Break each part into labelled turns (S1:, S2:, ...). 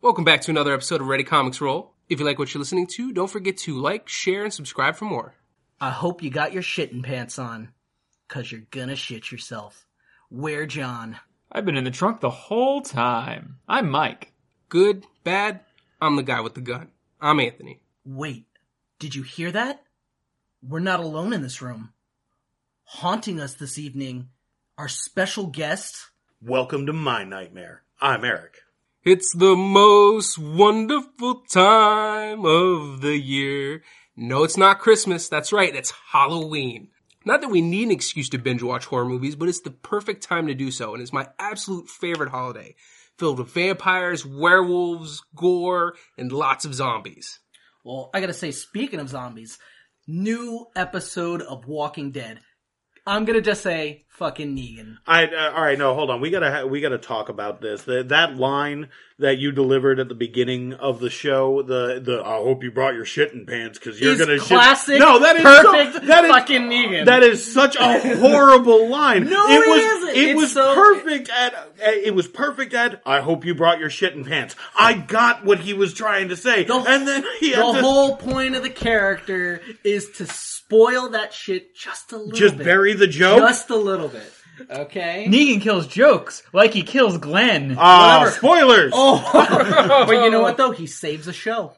S1: Welcome back to another episode of Ready Comics Roll. If you like what you're listening to, don't forget to like, share, and subscribe for more.
S2: I hope you got your shitting pants on, cause you're gonna shit yourself. Where John?
S3: I've been in the trunk the whole time. I'm Mike.
S1: Good, bad, I'm the guy with the gun. I'm Anthony.
S2: Wait, did you hear that? We're not alone in this room. Haunting us this evening, our special guest.
S4: Welcome to my nightmare. I'm Eric.
S1: It's the most wonderful time of the year. No, it's not Christmas. That's right. It's Halloween. Not that we need an excuse to binge watch horror movies, but it's the perfect time to do so, and it's my absolute favorite holiday, filled with vampires, werewolves, gore, and lots of zombies.
S2: Well, I gotta say, speaking of zombies, new episode of Walking Dead. I'm gonna just say, fucking Negan.
S4: I uh, all right. No, hold on. We gotta ha- we gotta talk about this. That that line that you delivered at the beginning of the show. The the I hope you brought your shitting pants because you're
S2: He's
S4: gonna
S2: classic,
S4: Shit. No, that is
S2: perfect
S4: So, that is
S2: fucking Negan.
S4: That is such a horrible line.
S2: No, it
S4: it was
S2: isn't.
S4: it
S2: It's
S4: was
S2: so-
S4: perfect at uh, it was perfect at. I hope you brought your shitting pants. I got what he was trying to say,
S2: The-
S4: and then he had
S2: the
S4: to
S2: whole point of the character is to spoil that shit just a little
S4: just
S2: bit.
S4: bury the joke.
S2: just a little bit. Okay.
S3: Negan kills jokes like he kills Glenn.
S4: Ah,
S2: whatever.
S4: spoilers.
S2: Oh, but you know what though? He saves a show.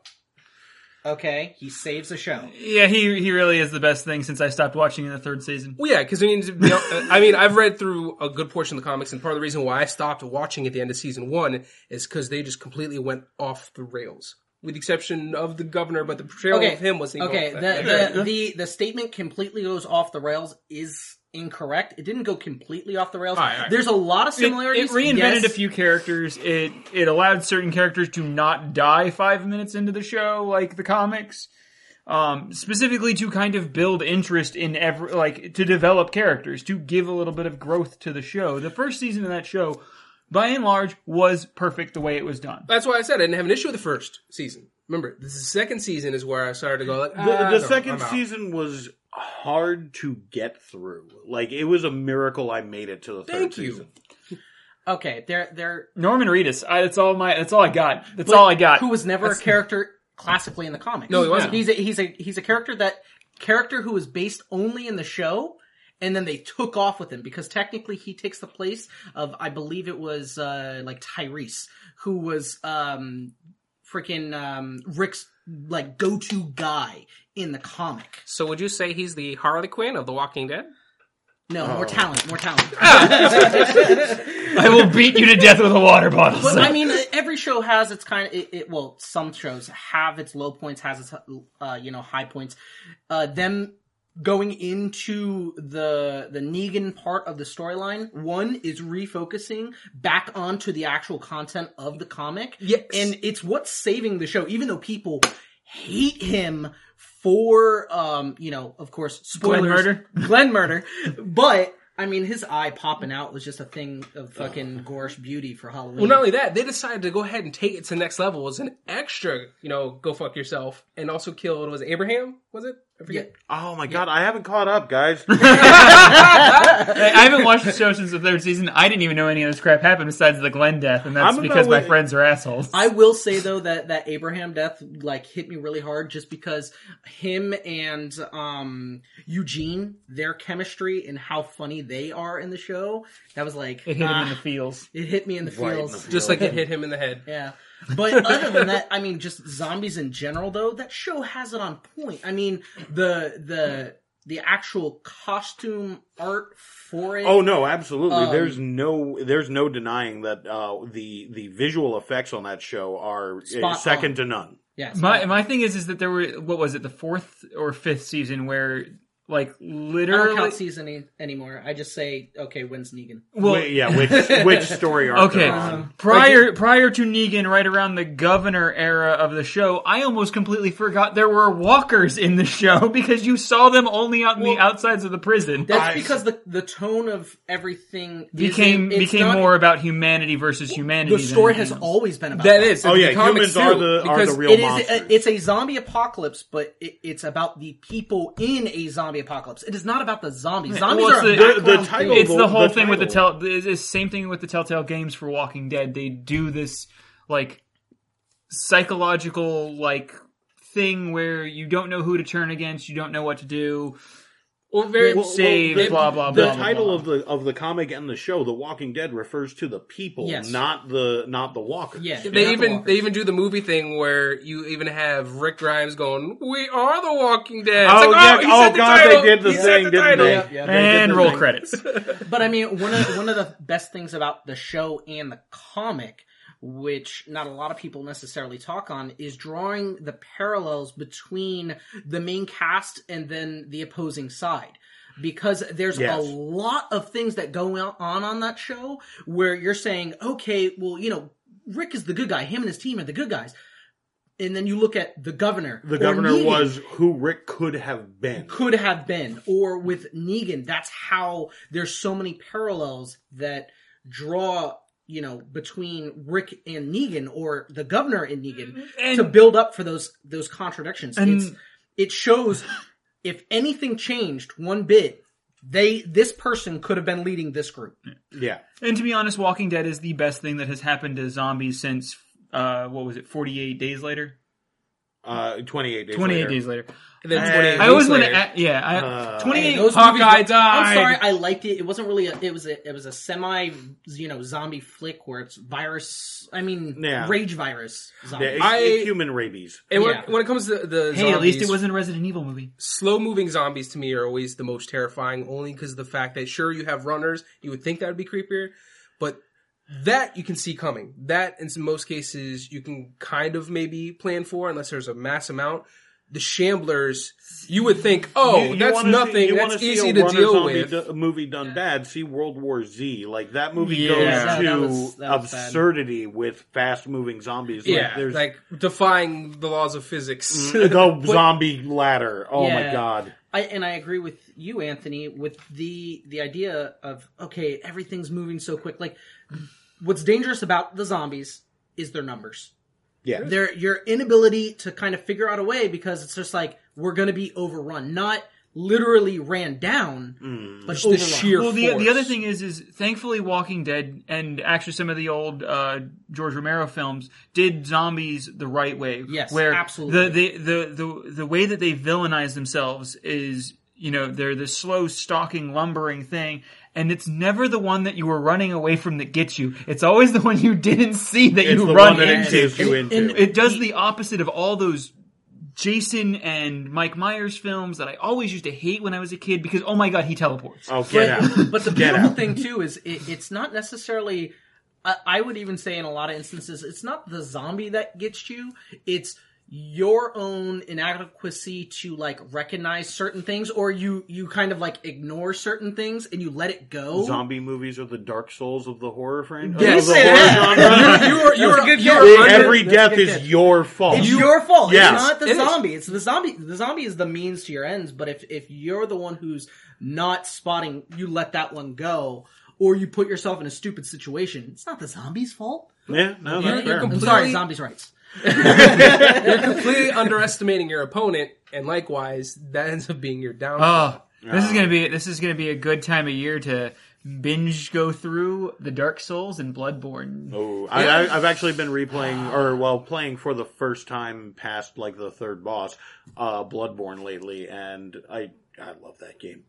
S2: Okay, he saves a show.
S3: yeah, he he really is the best thing since I stopped watching in the third season.
S1: Well, yeah, because I mean, to be hon- I mean, I've read through a good portion of the comics, and part of the reason why I stopped watching at the end of season one is because they just completely went off the rails, with the exception of the governor. But the portrayal
S2: Okay,
S1: of him was
S2: okay. The, the the the statement completely goes off the rails is incorrect. It didn't go completely off the rails.
S1: All right, all right.
S2: There's a lot of
S3: It, it
S2: similarities.
S3: reinvented
S2: yes.
S3: a few characters. It it allowed certain characters to not die five minutes into the show, like the comics. Um, specifically to kind of build interest in every, like to develop characters, to give a little bit of growth to the show. The first season of that show, by and large, was perfect the way it was done.
S1: That's why I said I didn't have an issue with the first season. Remember, the second season is where I started to go like
S4: the,
S1: ah,
S4: the
S1: no,
S4: second
S1: I'm out.
S4: season was hard to get through. Like it was a miracle I made it to the
S1: Thank
S4: third
S1: you.
S4: season.
S2: Okay, there there
S3: Norman Reedus. I, that's all my. That's all I got. That's all I got.
S2: who was never a character classically in the comics.
S1: No, he wasn't.
S2: He's a, he's a he's a character that character who was based only in the show, and then they took off with him because technically he takes the place of I believe it was uh, like Tyrese, who was um freaking um Rick's like go to guy in the comic.
S1: So would you say he's the Harley Quinn of The Walking Dead?
S2: No,
S1: Oh.
S2: more talent, more talent.
S3: I will beat you to death with a water bottle.
S2: But
S3: son.
S2: I mean, every show has its kind of. It, it, well, some shows have its low points, has its uh, you know high points. Uh, them going into the the Negan part of the storyline, one is refocusing back onto the actual content of the comic.
S1: Yes.
S2: and it's what's saving the show, even though people hate him for um you know of course spoilers
S3: Glenn Murder?
S2: Glenn murder but I mean his eye popping out was just a thing of fucking gorish beauty for Halloween
S1: Well, not only that, they decided to go ahead and take it to the next level as an extra, you know, go fuck yourself, and also kill was it Abraham? Was it? I forget.
S4: Oh my god, I haven't caught up, guys.
S3: I I haven't watched the show since the third season. I didn't even know any of this crap happened besides the Glenn death, and that's
S4: I'm
S3: because my
S4: about-
S3: friends are assholes.
S2: I will say though that that Abraham death like hit me really hard just because him and um Eugene their chemistry and how funny they are in the show that was like
S3: it hit him
S2: ah,
S3: in the feels.
S2: it hit me in the
S4: Right in
S2: feels
S4: the
S1: Just like it hit him in the head.
S2: yeah but other than that I mean just zombies in general though that show has it on point I mean the the the actual costume art for it
S4: Oh no, absolutely.
S2: Um,
S4: there's no there's no denying that uh, the the visual effects on that show are uh,
S2: Spot
S4: second
S2: on.
S4: to none.
S2: yeah
S3: My my thing is is that there were what was it the fourth or fifth season where like
S2: I don't
S3: literally
S2: count season any, anymore I just say okay when's Negan
S3: well
S4: Wait, yeah, which which story arc?
S3: Okay.
S4: they're on.
S3: prior prior to Negan, right around the governor era of the show, I almost completely forgot there were walkers in the show because you saw them only out in the outsides of the prison.
S2: That's
S4: I-
S2: because the the tone of everything is-
S3: became
S2: it's
S3: became
S2: not-
S3: more about humanity versus humanity.
S2: The
S3: than
S2: story
S3: anything
S2: has
S3: else.
S2: always been about
S1: That is.
S4: Oh,
S1: the
S4: yeah,
S1: comics
S4: humans are
S1: too,
S4: the- are the
S1: because
S4: real
S2: It is.
S4: monsters.
S2: A, it's a zombie apocalypse, but it, it's about the people in a zombie apocalypse. It is not about the zombies. Zombies
S3: well,
S2: are a
S3: it's the-
S4: the
S2: background
S4: title-
S2: thing.
S3: it's the whole
S4: the
S3: thing with the
S4: title.
S3: tell. It's the same thing with the Telltale games for Walking Dead. They do this like psychological like thing where you don't know who to turn against, you don't know what to do.
S1: Well, very
S3: Well, Save,
S1: well,
S3: blah blah
S4: the
S3: blah. blah,
S4: title
S3: blah.
S4: of the of the comic and the show, The Walking Dead, refers to the people,
S2: Yes.
S4: not the not the walkers.
S2: Yeah.
S1: They
S2: Not the
S1: even
S2: Walkers.
S1: they even do the movie thing where you even have Rick Grimes going, "We are the Walking Dead." It's
S4: Oh,
S1: like,
S4: yeah.
S1: he
S4: Oh,
S1: said the
S4: God, they
S1: title.
S4: did the
S1: He said
S4: thing, didn't
S1: title.
S4: they?
S2: yeah, they did
S3: and
S2: the
S3: roll
S2: thing.
S3: credits.
S2: But I mean, one of one of the best things about the show and the comic, which not a lot of people necessarily talk on, is drawing the parallels between the main cast and then the opposing side. Because there's
S4: Yes.
S2: a lot of things that go on on that show where you're saying, okay, well, you know, Rick is the good guy, him and his team are the good guys. And then you look at the governor.
S4: The
S2: or
S4: governor
S2: Negan
S4: was who Rick could have been.
S2: could have been, or with Negan. That's how there's so many parallels that draw, you know, between Rick and Negan or the governor and Negan
S3: And-
S2: to build up for those those contradictions.
S3: And-
S2: it's, it shows if anything changed one bit, they this person could have been leading this group.
S4: Yeah,
S3: And to be honest, Walking Dead is the best thing that has happened to zombies since uh, what was it, forty eight days later?
S4: uh, twenty eight days.
S3: Twenty eight
S4: later.
S3: days later.
S1: And then
S4: Uh,
S1: 28
S3: I always
S1: days
S3: want
S1: later.
S3: to, yeah, I,
S4: Uh,
S3: twenty
S2: Hey,
S3: eight.
S2: those movies-
S3: Hawkeye died.
S2: I'm sorry, I liked it. It wasn't really. A, it was a. It was a semi, you know, zombie flick where it's virus. I mean,
S4: Yeah.
S2: rage virus. Zombie.
S4: Yeah, it's,
S1: I-
S4: it's human rabies.
S1: And when,
S2: Yeah.
S1: when it comes to the
S3: Hey, at least it
S1: zombies,
S3: wasn't a Resident Evil movie.
S1: slow moving zombies to me are always the most terrifying, only because the fact that sure you have runners, you would think that would be creepier, but that you can see coming. That in most cases you can kind of maybe plan for, unless there's a mass amount. The shamblers, you would think, oh,
S4: You- you
S1: that's
S4: wanna see-
S1: nothing.
S4: you wanna
S1: that's
S4: see
S1: easy
S4: a
S1: to
S4: runner
S1: deal
S4: zombie
S1: with.
S4: d- movie done bad. See World War Z. Like that movie
S3: Yeah.
S4: goes
S3: Yeah,
S4: to
S2: that was- that was bad.
S4: absurdity with fast moving zombies. Like,
S1: yeah,
S4: there's Mm.
S1: like defying the laws of physics.
S4: the zombie ladder. Oh my
S2: Yeah.
S4: god.
S2: I and I agree with you, Anthony, with the the idea of okay, everything's moving so quick. Like, what's dangerous about the zombies is their numbers,
S4: Yeah.
S2: their your inability to kind of figure out a way because it's just like we're going to be overrun, not literally ran down, but
S1: the
S2: overrun.
S1: sheer
S3: Well, the,
S1: force.
S3: the other thing is, is thankfully Walking Dead and actually some of the old uh, George Romero films did zombies the right way.
S2: Yes,
S3: where
S2: absolutely.
S3: The, the the the the way that they villainize themselves is, you know, they're the slow, stalking, lumbering thing, and it's never the one that you were running away from that gets you. It's always the one you didn't see that
S4: It's
S3: you
S4: the
S3: run
S4: one that it
S3: into.
S4: takes you
S2: And-
S4: into.
S2: and-
S3: It does the opposite of all those Jason and Mike Myers films that I always used to hate when I was a kid because oh my god he teleports.
S4: oh, get
S2: but,
S4: out.
S2: but the
S4: Get
S2: beautiful
S4: out.
S2: thing too is it, it's not necessarily. I, I would even say in a lot of instances, it's not the zombie that gets you. It's your own inadequacy to like recognize certain things, or you you kind of like ignore certain things and you let it go.
S4: Zombie movies are the Dark Souls of the horror frame.
S1: Yeah,
S4: of the
S1: say
S4: horror
S1: that.
S4: genre.
S1: you were, you were,
S2: good
S1: you
S2: guess.
S1: were
S2: Under-
S4: Every
S2: that's a
S4: death
S2: good
S4: is
S2: guess.
S4: your fault.
S2: It's your fault.
S4: Yes.
S2: It's not the
S1: It is.
S2: zombie. It's the zombie. The zombie is the means to your ends. But if if you're the one who's not spotting, you let that one go, or you put yourself in a stupid situation. It's not the zombie's fault.
S4: yeah, no, that's
S1: you're
S4: fair.
S1: completely-
S2: I'm sorry, zombies' rights.
S1: completely underestimating your opponent, and likewise, that ends up being your downfall.
S3: Oh, this is gonna
S4: Um,
S3: be this is gonna be a good time of year to binge go through the Dark Souls and Bloodborne.
S4: Oh, I, I, I've actually been replaying, or well, playing for the first time past like the third boss, uh, Bloodborne lately, and I I love that game.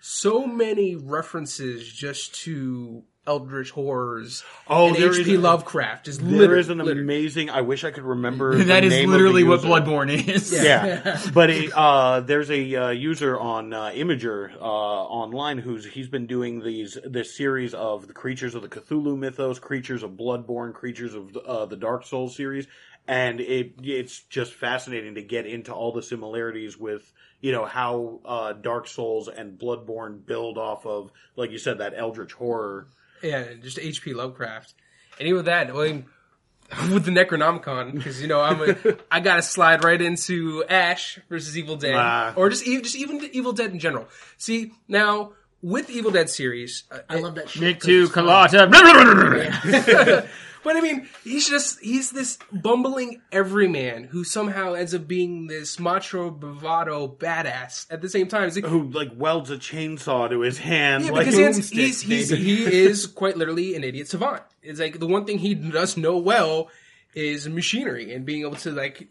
S1: so many references just to eldritch horrors.
S4: Oh,
S1: and
S4: there
S1: H.P.
S4: is-
S1: Lovecraft is
S4: There
S1: littered,
S4: is an
S1: littered.
S4: amazing. I wish I could remember.
S3: That
S4: the
S3: is
S4: name of
S3: literally
S4: the
S3: what
S4: user.
S3: Bloodborne is.
S4: Yeah, but it, uh, there's a uh, user on uh, Imager uh, online who's he's been doing these this series of the creatures of the Cthulhu mythos, creatures of Bloodborne, creatures of uh, the Dark Souls series, and it it's just fascinating to get into all the similarities with you know how uh, Dark Souls and Bloodborne build off of like you said that Eldritch horror.
S1: Yeah, just H.P. Lovecraft. And even that, well, even- with the Necronomicon, because you know I'm a, I gotta slide right into Ash versus Evil Dead,
S4: Ah.
S1: or just even just even the Evil Dead in general. See now with the Evil Dead series, uh,
S2: I love that shit.
S3: Nick
S2: 'cause
S3: to
S2: it's fun.
S3: Kalata.
S1: But I mean, he's just he's this bumbling everyman who somehow ends up being this macho bravado badass at the same time. It's like,
S4: Who like welds a chainsaw to his hand?
S1: yeah,
S4: like,
S1: because he's,
S4: boomstick,
S1: he's, he's
S4: baby.
S1: he is quite literally an idiot savant. It's like the one thing he does know well is machinery and being able to like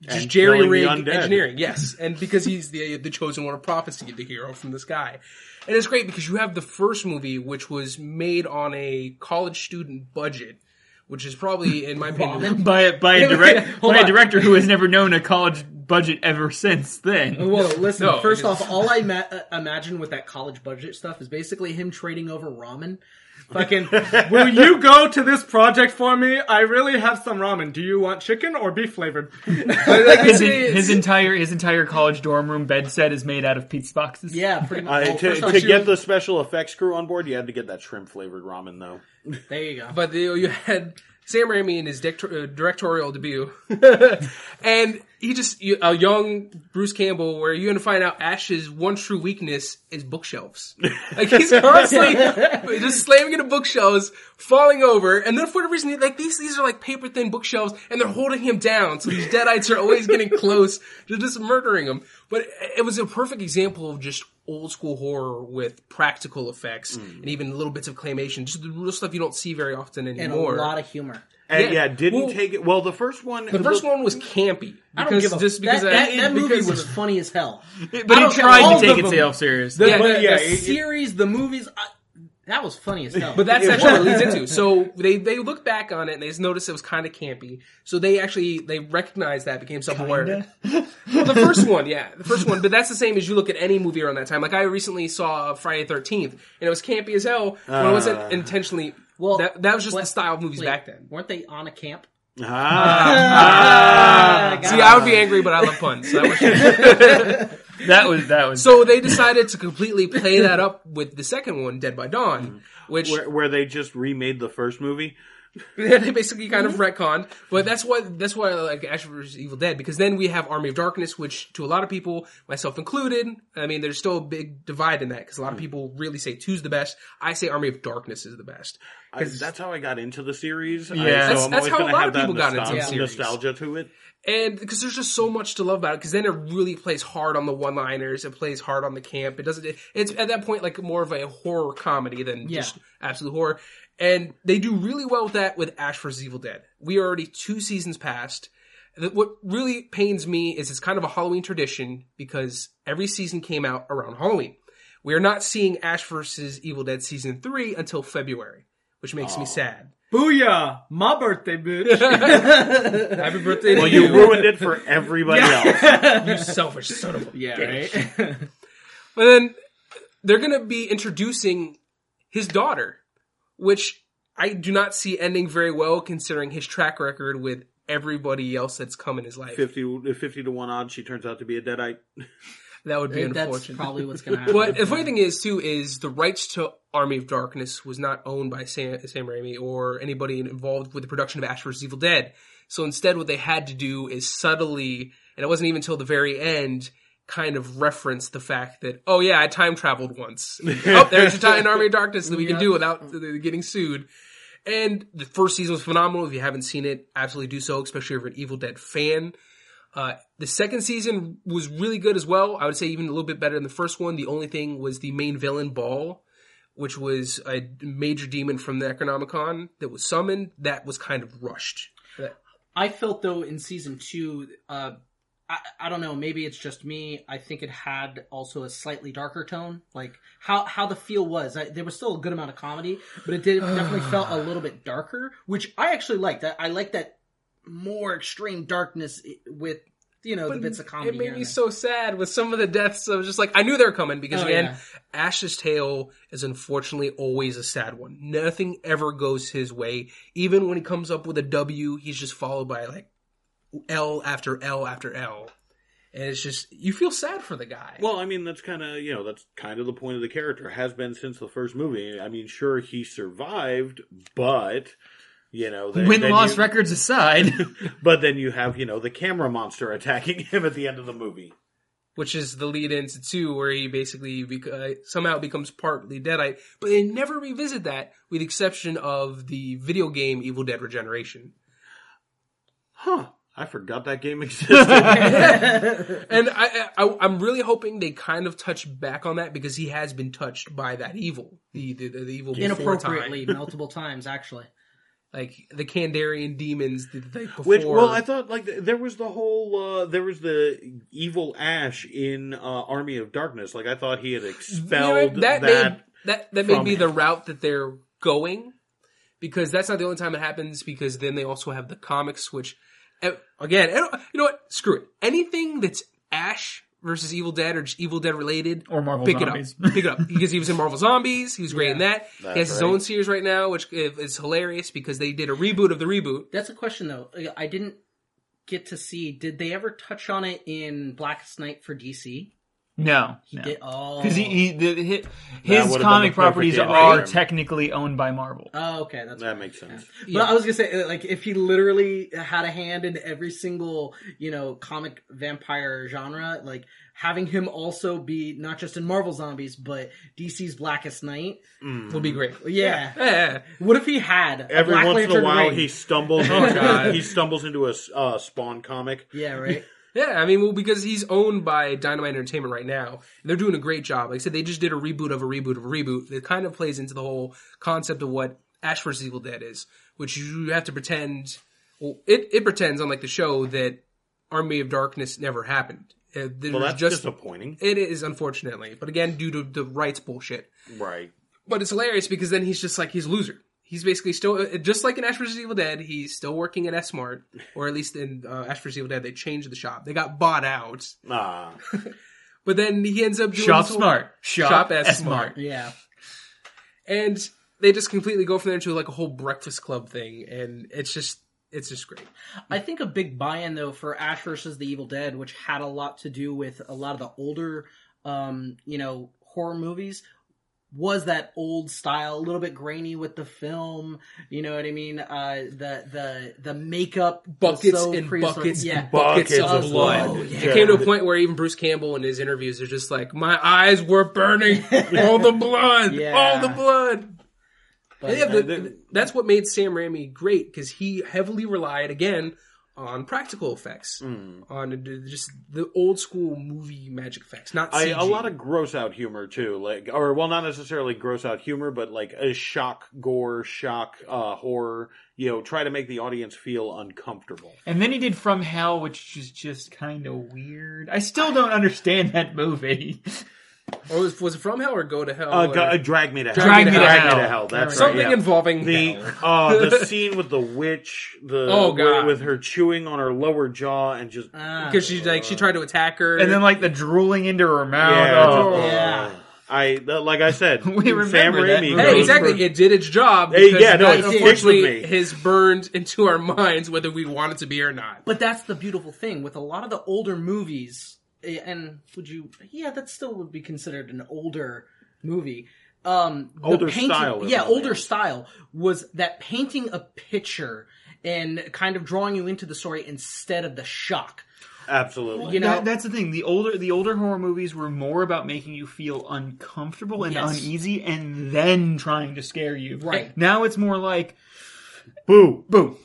S1: just
S4: And
S1: jerry rig
S4: killing the undead.
S1: engineering. Yes, and because he's the the chosen one of prophecy, the hero from the sky, and it's great because you have the first movie, which was made on a college student budget, which is probably, in my opinion,
S3: by a, by a,
S1: Wait, wait,
S3: direct,
S1: hold
S3: by a
S1: on.
S3: director who has never known a college budget ever since then.
S2: Well, listen.
S1: No,
S2: first
S1: it
S2: off,
S1: is-
S2: all I ma- uh, imagine with that college budget stuff is basically him trading over ramen. Fucking, will you go to this project for me? I really have some ramen. Do you want chicken or beef flavored?
S1: like,
S3: His,
S1: it's-
S3: his entire his entire college dorm room bed set is made out of pizza boxes.
S2: yeah, pretty much.
S4: I,
S2: Well,
S4: to
S2: first off,
S4: to
S2: she
S4: get
S2: was-
S4: the special effects crew on board, you had to get that shrimp flavored ramen though.
S2: there you go.
S1: but you, you had Sam Raimi in his dict- uh, directorial debut, and he just you, a young Bruce Campbell, where you're going to find out Ash's one true weakness is bookshelves. Like he's constantly just slamming into bookshelves, falling over, and then for the reason, he- like these these are like paper thin bookshelves, and they're holding him down, so these deadites are always getting close to just murdering him. But it was a perfect example of just old school horror with practical effects and even little bits of claymation, just the real stuff you don't see very often
S2: Mm. and
S1: anymore.
S2: a lot of humor.
S4: And
S1: Yeah.
S4: yeah, didn't
S1: Well-
S4: take it. Well, the first one,
S1: the first one was campy. Because,
S2: I don't give a
S1: just because
S2: that,
S1: I-
S2: that, that movie
S1: because
S2: was
S1: of-
S2: funny as hell. I
S3: But he
S2: don't care,
S3: tried
S2: all
S3: to take
S2: of them-
S3: itself serious.
S1: Yeah.
S2: But
S4: yeah,
S2: the
S4: it- it-
S2: series, the movies, I, that was funny as hell.
S1: But that's
S4: It
S1: actually what it
S4: was.
S1: leads into. So they they looked back on it and they just noticed it was kind of campy. So they actually they recognized that became self aware. Well, the first one, yeah, the first one. But that's the same as you look at any movie around that time. Like I recently saw Friday Thirteenth, and it was campy as hell, but it
S3: Ah.
S1: wasn't intentionally. Well,
S2: Well,
S1: that, that was just the
S2: what-
S1: style of movies
S2: Wait,
S1: back then.
S2: weren't they on a camp?
S4: Ah,
S2: Ah,
S1: See, I would be angry, but I love puns. So, I wish-
S3: That was that was
S1: so they decided to completely play that up with the second one, Dead by
S3: Mm-hmm.
S1: Dawn, which
S4: where, where they just remade the first movie.
S1: Yeah, they basically kind of retconned, but that's what that's why I like Ash vs Evil Dead because then we have Army of Darkness, which to a lot of people, myself included, I mean, there's still a big divide in that because a lot of people really say two's the best. I say Army of Darkness is the best.
S4: I, that's how I got into the series. I-
S3: Yeah.
S4: so
S3: That's-
S4: I'm
S1: that's
S4: always
S1: how a
S4: gonna
S1: lot
S4: have
S1: of
S4: that
S1: people got into
S4: nostalgia,
S1: the series.
S4: nostalgia to it.
S1: and because there's just so much to love about it because then it really plays hard on the one liners it plays hard on the camp it doesn't it, it's at that point like more of a horror comedy than
S2: Yeah.
S1: just absolute horror and they do really well with that with ash vs evil dead we are already two seasons past The- what really pains me is it's kind of a halloween tradition because every season came out around halloween we are not seeing ash vs evil dead season 3 until february which makes me sad
S2: Booyah! My birthday, bitch.
S1: happy birthday to
S4: Well, you
S1: you,
S4: ruined it for everybody else.
S1: you selfish son of a
S2: yeah, right.
S1: But then they're going to be introducing his daughter, which I do not see ending very well considering his track record with everybody else that's come in his life.
S4: 50, 50 to 1 odds, she turns out to be a deadite.
S1: That would be
S2: that's
S1: unfortunate.
S2: probably what's gonna happen.
S1: but the funny thing is, too, is the rights to Army of Darkness was not owned by Sam, Sam Raimi or anybody involved with the production of Ash vs. Evil Dead. So instead, what they had to do is subtly, and it wasn't even until the very end, kind of reference the fact that, oh yeah, I time traveled once. oh, there's your time in Army of Darkness that we can do without uh, getting sued. And the first season was phenomenal. If you haven't seen it, absolutely do so, especially if you're an Evil Dead fan. Uh, the second season was really good as well. I would say even a little bit better than the first one. The only thing was the main villain Ball, which was a major demon from the Necronomicon that was summoned. That was kind of rushed.
S2: I felt though in season two, uh, I, I don't know, maybe it's just me. I think it had also a slightly darker tone, like how how the feel was. I, there was still a good amount of comedy, but it did definitely felt a little bit darker, which I actually liked. I, I like that more extreme darkness i- with you know the bits of comedy.
S1: It made
S2: here and
S1: me
S2: there.
S1: so sad with some of the deaths. I was just like, I knew they were coming because
S2: Oh,
S1: again,
S2: yeah.
S1: Ash's tale is unfortunately always a sad one. Nothing ever goes his way. Even when he comes up with a W, he's just followed by like L after L after L, and it's just you feel sad for the guy.
S4: Well, I mean, that's kind of, you know, that's kind of the point of the character, has been since the first movie. I mean, sure, he survived, but, you know, then-
S3: win
S4: then
S3: loss
S4: you-
S3: records aside.
S4: But then you have, you know, the camera monster attacking him at the end of the movie.
S1: which is the lead into two, where he basically bec- uh, somehow becomes partly Deadite, but they never revisit that, with the exception of the video game Evil Dead Regeneration.
S4: Huh. I forgot that game existed.
S1: And I, I, I'm really hoping they kind of touch back on that because he has been touched by that evil, the the, the evil before
S2: inappropriately
S1: time.
S2: multiple times actually.
S1: like the Kandarian demons did the night before.
S4: Which well, I thought like th- there was the whole uh, there was the evil Ash in uh, Army of Darkness. Like I thought he had
S1: You know,
S4: expelled
S1: that
S4: that.
S1: may, that that may
S4: from
S1: be
S4: it.
S1: the route that they're going because that's not the only time it happens because then they also have the comics which eh, again I don't- you know what screw it anything that's Ash versus Evil Dead or just Evil Dead related
S3: Or Marvel
S1: pick
S3: Zombies.
S1: it up pick it up because he was in Marvel Zombies he was great in that he has
S4: That's
S1: his
S4: right.
S1: own series right now which is hilarious because they did a reboot of the reboot
S2: That's a question though. I- I didn't get to see. Did they ever touch on it in Blackest Night for DC?
S3: No,
S2: He did. Oh,
S3: because he, he the, his, his
S4: would've been
S3: comic
S4: the perfect
S3: properties
S4: ending
S3: are
S4: for him.
S3: technically owned by Marvel.
S2: Oh, okay, that's
S4: That
S2: fine.
S4: makes sense.
S2: Yeah.
S1: Yeah.
S2: But I was gonna say, like, if he literally had a hand in every single, you know, comic vampire genre, like having him also be not just in Marvel Zombies, but DC's Blackest Night.
S1: will be great
S2: Yeah.
S1: yeah
S2: What if he had a
S4: Every
S2: Black
S4: once in
S2: Lantern
S4: a while,
S2: ring?
S4: he stumbles.
S1: God.
S4: into, he stumbles into a s- uh, Spawn comic.
S2: Yeah, right.
S1: Yeah, I mean, well, because he's owned by Dynamite Entertainment right now. And they're doing a great job. Like I said, they just did a reboot of a reboot of a reboot. It kind of plays into the whole concept of what Ash vs. Evil Dead is, which you have to pretend. Well, it, it pretends on like the show that Army of Darkness never happened. Uh, there's
S4: Well, that's
S1: just
S4: disappointing,
S1: it is unfortunately, but again, due to the rights bullshit.
S4: right?
S1: But it's hilarious because then he's just like he's a loser. He's basically still just like in Ash vs Evil Dead. He's still working at S Mart, or at least in uh, Ash vs Evil Dead, they changed the shop. They got bought out,
S4: Ah,
S1: but then he ends up doing
S3: Shop
S1: this whole-
S3: smart, shop,
S1: Shop as
S3: as
S1: smart.
S3: smart.
S2: Yeah.
S1: and they just completely go from there into like a whole Breakfast Club thing, and it's just it's just great.
S2: I think a big buy-in though for Ash versus the Evil Dead, which had a lot to do with a lot of the older, um, you know, horror movies, was that old style, a little bit grainy with the film. You know what I mean? Uh, the the the makeup was
S1: Buckets
S2: so
S1: and
S2: prehistoric.
S1: buckets
S2: Yeah,
S1: and buckets,
S4: Buckets
S1: of
S4: of
S1: blood.
S2: blood.
S1: It came to a point where even Bruce Campbell in his interviews are just like, "My eyes were burning, all the blood,
S2: Yeah.
S1: all the blood."
S2: but,
S1: Yeah,
S2: uh,
S1: the-
S4: they-
S1: the- that's what made Sam Raimi great because he heavily relied again on practical effects, on d- just the old school movie magic effects, not
S4: I,
S1: CG.
S4: a lot of gross out humor too, like or well, not necessarily gross out humor, but like a shock gore, shock uh, horror. You know, try to make the audience feel uncomfortable.
S3: And then he did From Hell, which is just kind of weird. I still don't understand that movie.
S1: or was, was it from hell or go to hell?
S4: Uh,
S1: or-
S4: gu- uh, drag me to hell.
S1: Oh, Drag Me to
S4: drag
S3: Hell.
S4: me to hell. That's
S1: something
S4: right. yeah.
S1: involving
S4: the
S1: hell.
S4: uh, the scene with the witch, the
S1: Oh, God.
S4: with her chewing on her lower jaw and just
S3: Oh,
S2: ah,
S1: because she like she tried to attack her,
S3: And then like the drooling into her mouth.
S4: yeah,
S3: Oh.
S2: yeah.
S4: I th- like I said,
S3: We
S4: Sam
S3: remember that
S4: Raimi.
S3: movie.
S1: Hey,
S4: goes
S1: exactly,
S4: for-
S1: it did its job.
S4: Hey,
S1: because
S4: yeah, no,
S1: that,
S2: it sticks
S1: unfortunately,
S4: with me.
S1: has burned into our minds whether we want it to be or not.
S2: But that's the beautiful thing with a lot of the older movies, eh, and would you? Yeah, that still would be considered an older movie. Um, the
S4: Older
S2: painting-
S4: style is
S2: yeah,
S4: what they
S2: older
S4: are.
S2: style was that painting a picture and kind of drawing you into the story instead of the shock.
S4: absolutely.
S2: You know,
S3: That- that's the thing. The older the older horror movies were more about making you feel uncomfortable and
S2: Yes.
S3: uneasy, and then trying to scare you.
S2: Right.
S3: now, it's more like boo, boo.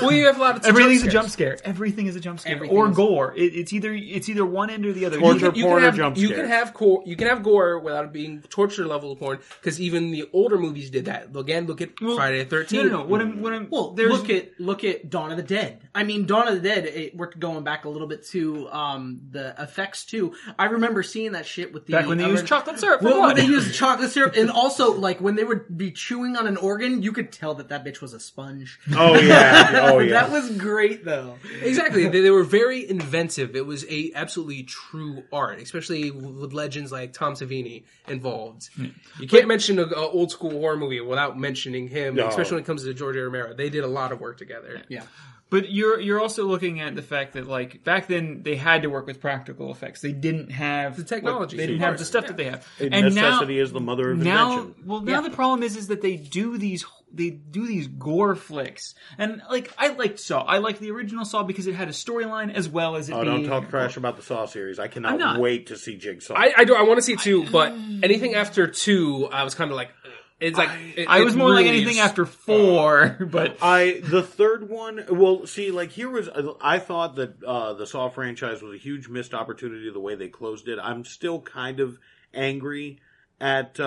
S1: Well, you have a lot of
S3: Everything's a
S1: scares.
S3: jump scare. Everything is a jump scare
S2: Everything
S3: or
S2: is-
S3: gore. It, it's either it's either one end or the other.
S4: Torture
S3: You can-
S1: you
S4: porn
S1: can
S4: or
S1: have,
S4: jump
S1: you
S4: scare?
S1: can have gore you can have gore without it being torture level porn because even the older movies did that again look at
S3: Well,
S1: friday the 13th
S3: No, no, no. What I'm, what I'm.
S2: Well,
S3: there's
S2: look at look at Dawn of the Dead. I mean, Dawn of the Dead. It, we're going back a little bit to um, the effects too. I remember seeing that shit with the
S3: back when they
S2: I
S3: used
S2: remember-
S3: chocolate syrup. for
S2: Well, when
S3: blood.
S2: they used chocolate syrup, and also like when they would be chewing on an organ, you could tell that that bitch was a sponge.
S4: Oh yeah, oh yeah.
S2: that was great though.
S1: exactly they, they were very inventive it was a absolutely true art especially with legends like tom savini involved you can't mention an old school horror movie without mentioning him
S4: No.
S1: especially when it comes to george A. romero they did a lot of work together
S2: Yeah,
S3: But you're you're also looking at the fact that like back then they had to work with practical effects. They didn't have the
S1: technology,
S3: They didn't
S1: of
S3: have
S1: course.
S3: the stuff that they have. and now,
S4: Necessity is the mother of
S3: now,
S4: invention.
S3: well, now the problem is is that they do these they do these gore flicks. And like I liked Saw. I liked the original Saw because it had a storyline as well as it.
S4: Oh,
S3: being
S4: don't talk trash about the Saw series. I
S3: I'm
S4: cannot
S3: not.
S4: wait to see Jigsaw.
S1: i, I do i want to see two but anything after two i was kind of like "Ugh." it's like it-
S3: I was
S1: it
S3: more like
S1: really
S3: anything
S1: is-
S3: after four, but
S4: I the third one. Well, see, like here was I thought that uh, the Saw franchise was a huge missed opportunity the way they closed it. I'm still kind of angry at uh,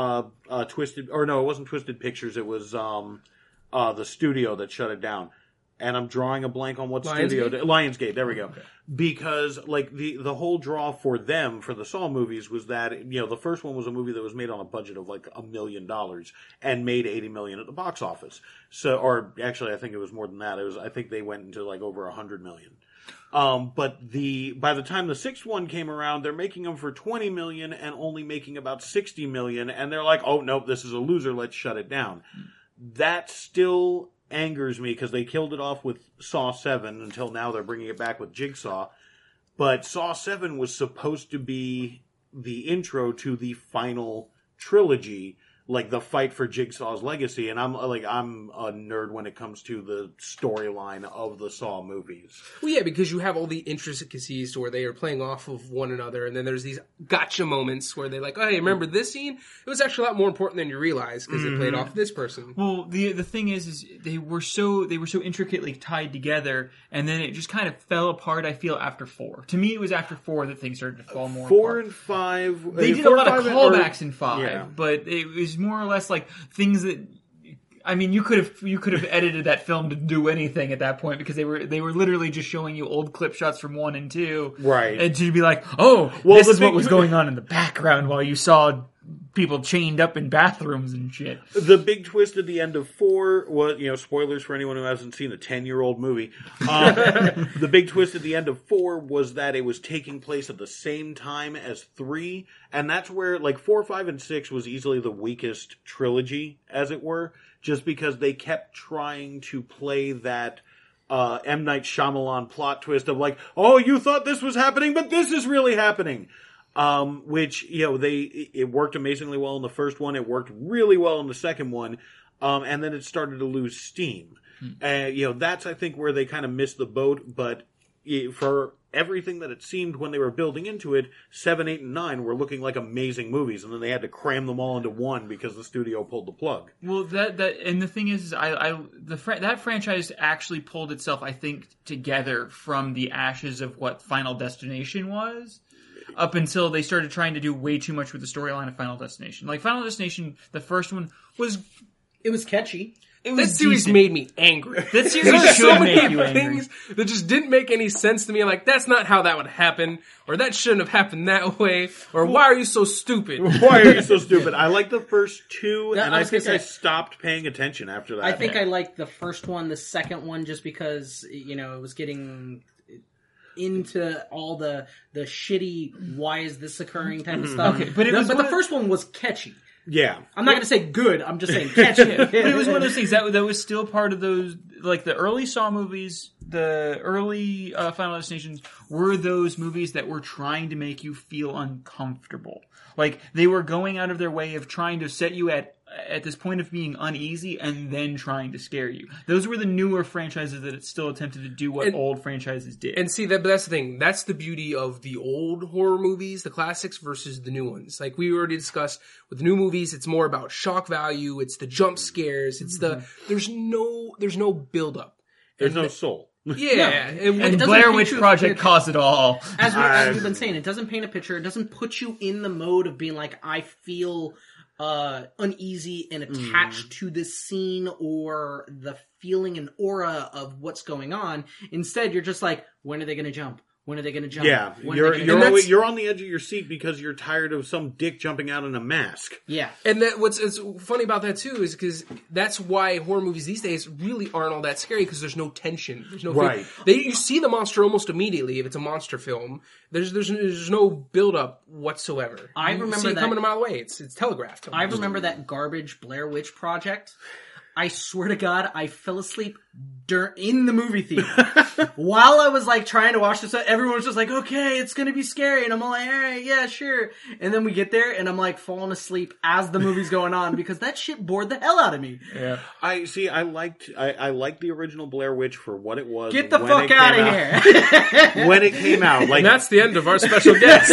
S4: uh, uh, Twisted or no, it wasn't Twisted Pictures. It was um, uh, the studio that shut it down. And I'm drawing a blank on what studio
S1: Lionsgate?
S4: Lionsgate. There we go. Because like the the whole draw for them for the Saw movies was that you know the first one was a movie that was made on a budget of like a million dollars and made eighty million at the box office. So or actually I think it was more than that. It was I think they went into like over a hundred million. Um, but the by the time the sixth one came around, they're making them for twenty million and only making about sixty million, and they're like, "Oh nope, this is a loser. Let's shut it down." That still angers me because they killed it off with Saw Seven. Until now, they're bringing it back with Jigsaw, but Saw Seven was supposed to be the intro to the final trilogy, like the fight for Jigsaw's legacy. And I'm uh, like, I'm a nerd when it comes to the storyline of the Saw movies.
S1: Well, yeah, because you have all the intricacies where they are playing off of one another, and then there's these gotcha moments where they're like, "Oh, hey, remember this scene? It was actually a lot more important than you realize because they played off this person."
S3: Well, the the thing is, is they were so they were so intricately tied together, and then it just kind of fell apart. I feel after four. To me, it was after four that things started to fall more.
S4: Four
S3: apart.
S4: and five.
S3: They
S4: uh,
S3: did a
S4: four,
S3: lot of
S4: five, or-
S3: callbacks in five,
S4: yeah.
S3: but it was more or less like things that. I mean, you could have you could have edited that film to do anything at that point because they were they were literally just showing you old clip shots from one and two,
S4: Right.
S3: And to be like, oh,
S4: Well,
S3: this
S4: the
S3: is what
S4: big-
S3: was going on in the background while you saw people chained up in bathrooms and shit.
S4: The big twist at the end of four was, you know, spoilers for anyone who hasn't seen a 10 year old movie. Um, the big twist at the end of four was that it was taking place at the same time as three. And that's where, like, four, five, and six was easily the weakest trilogy, as it were, just because they kept trying to play that. Uh, M. Night Shyamalan plot twist of like, oh, you thought this was happening, but this is really happening um, which you know they it worked amazingly well in the first one. It worked really well in the second one, um, and then it started to lose steam.
S2: Hmm.
S4: And you know that's I think where they kind of missed the boat. But it, for everything that it seemed when they were building into it, seven, eight, and nine were looking like amazing movies, and then they had to cram them all into one because the studio pulled the plug.
S3: Well, that that and the thing is, is I, I the fr- that franchise actually pulled itself, I think, together from the ashes of what Final Destination was, up until they started trying to do way too much with the storyline of Final Destination. Like Final Destination, the first one was
S2: It was catchy.
S3: it
S1: That
S3: was
S1: series
S3: decent.
S1: made me angry.
S3: that series
S1: There's so
S3: should
S1: many
S3: make you angry.
S1: things that just didn't make any sense to me. Like that's not how that would happen, or that shouldn't have happened that way, or why are you so stupid?
S4: Why are you so stupid? I like the first two,
S2: Yeah,
S4: and
S2: I
S4: I
S2: was gonna
S4: think I
S2: say-
S4: stopped paying attention after that.
S2: I think I liked the first one, the second one, just because you know it was getting into all the the shitty "why is this occurring" type of stuff.
S3: Mm-hmm. Okay, but it
S2: The-
S3: was
S2: but
S3: one
S2: the
S3: of-
S2: first one was catchy.
S4: yeah.
S2: I'm not going to say good. I'm just saying catchy.
S3: but it was one of those things that that was still part of those like the early Saw movies, the early uh, Final Destinations were those movies that were trying to make you feel uncomfortable. Like they were going out of their way of trying to set you at at this point of being uneasy and then trying to scare you. Those were the newer franchises that still attempted to do what
S1: And-
S3: old franchises did.
S1: And see that, but that's the thing. That's the beauty of the old horror movies, the classics versus the new ones. Like we already discussed with new movies, it's more about shock value. It's the jump scares. It's the there's no there's no buildup.
S4: There's no soul.
S1: Yeah, and,
S2: And
S1: and
S2: doesn't
S3: Blair
S2: paint
S3: Witch
S2: you-
S3: Project caused it all.
S2: as, we,
S4: I-
S2: as we've been saying, it doesn't paint a picture. It doesn't put you in the mode of being like, I feel uh, uneasy and
S4: Hmm.
S2: attached to this scene or the feeling and aura of what's going on. Instead, you're just like, when are they going to jump? When are they going to jump?
S4: Yeah,
S2: When are they
S4: you're
S2: gonna
S4: you're
S2: jump?"
S4: always, you're on the edge of your seat because you're tired of some dick jumping out in a mask.
S2: yeah.
S1: And that what's it's funny about that too is because that's why horror movies these days really aren't all that scary because there's no tension. There's no fear.
S4: Right.
S1: They you see the monster almost immediately if it's a monster film. There's there's there's no buildup whatsoever.
S2: I
S1: You see
S2: remember
S1: it
S2: that-
S1: coming a mile away. It's it's telegraphed.
S2: I remember that garbage Blair Witch Project. I swear to God, I fell asleep dur- in the movie theater while I was like trying to watch this. Everyone was just like, "Okay, it's gonna be scary," and I'm all like, "All right, yeah, sure." And then we get there, and I'm like falling asleep as the movie's going on because that shit bored the hell out of me.
S4: I see. I liked I, I liked the original Blair Witch for what it was.
S2: Get the
S4: when
S2: fuck
S4: it
S2: out
S4: came
S2: of here!
S4: when it came out, like
S1: And that's the end of our special guest.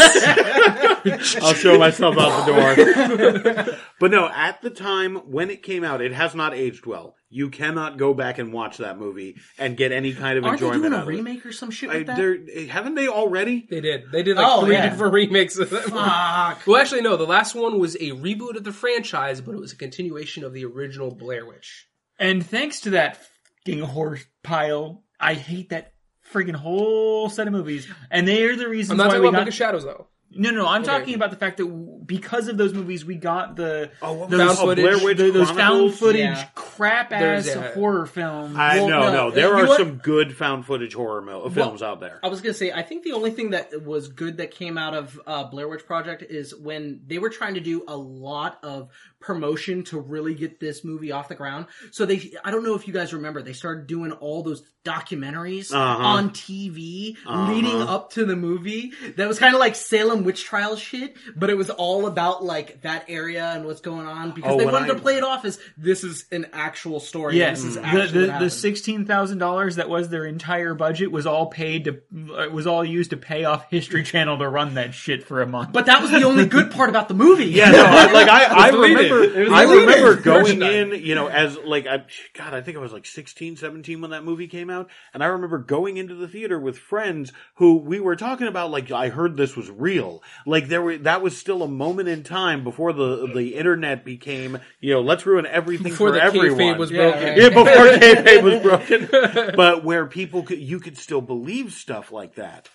S4: I'll show myself out the door. but no, at the time when it came out, it has not aged well. You cannot go back and watch that movie and get any kind of
S2: Aren't they
S4: enjoyment
S2: doing a
S4: out of it.
S2: remake or some shit
S4: I,
S2: like that?
S4: they're- haven't they already?
S1: They did. They did like
S2: Oh,
S1: three
S2: yeah.
S1: different remakes of that one.
S2: Fuck.
S1: Well, actually, no. The last one was a reboot of the franchise, but it was a continuation of the original Blair Witch.
S3: And thanks to that fucking horse pile, I hate that friggin' whole set of movies. And they are the reasons
S1: I'm not
S3: why
S1: talking
S3: we
S1: about
S3: got.
S1: Book of Shadows though.
S3: no, no, I'm
S1: Okay.
S3: talking about the fact that w- because of those movies, we got the
S4: Oh, what
S3: those,
S1: Found
S4: was it? Oh,
S1: footage,
S4: Blair Witch
S3: the- those found
S4: Chronicles?
S3: footage
S2: Yeah.
S3: crap ass
S1: There's a-
S3: horror films.
S4: I
S2: Well,
S4: no,
S2: no,
S4: no, There
S2: you
S4: are
S2: what-
S4: some good found footage horror mo- films out there.
S2: I was gonna say, I think the only thing that was good that came out of uh, Blair Witch Project is when they were trying to do a lot of promotion to really get this movie off the ground. So they, I don't know if you guys remember, they started doing all those documentaries
S4: Uh-huh.
S2: on TV
S4: Uh-huh.
S2: leading up to the movie. That was kind of like Salem witch trial shit, but it was all about like that area and what's going on because
S4: Oh,
S2: they
S4: when
S2: wanted
S4: I-
S2: to play it off as this is an actual story.
S3: Yes,
S2: this is
S3: the
S2: Mm, actually what
S3: the, the
S2: happened.
S3: sixteen thousand dollars that was their entire budget was all paid to it was all used to pay off History Channel to run that shit for a month.
S2: But that was the only good part about the movie.
S4: Yeah, no, I, like I, I
S1: deleted. It
S4: remember,
S1: was
S4: I
S1: deleted.
S4: remember going
S1: Merchandise.
S4: in, you know, as like, I, God, I think I was like 16, 17 when that movie came out. And I remember going into the theater with friends who we were talking about, like, I heard this was real. Like there were, that was still a moment in time before the, the internet became, you know, let's ruin everything
S1: Before
S4: for
S1: the
S4: everyone.
S1: kayfabe was
S3: Yeah,
S1: broken.
S3: right.
S4: yeah, before kayfabe was broken, but where people could, you could still believe stuff like that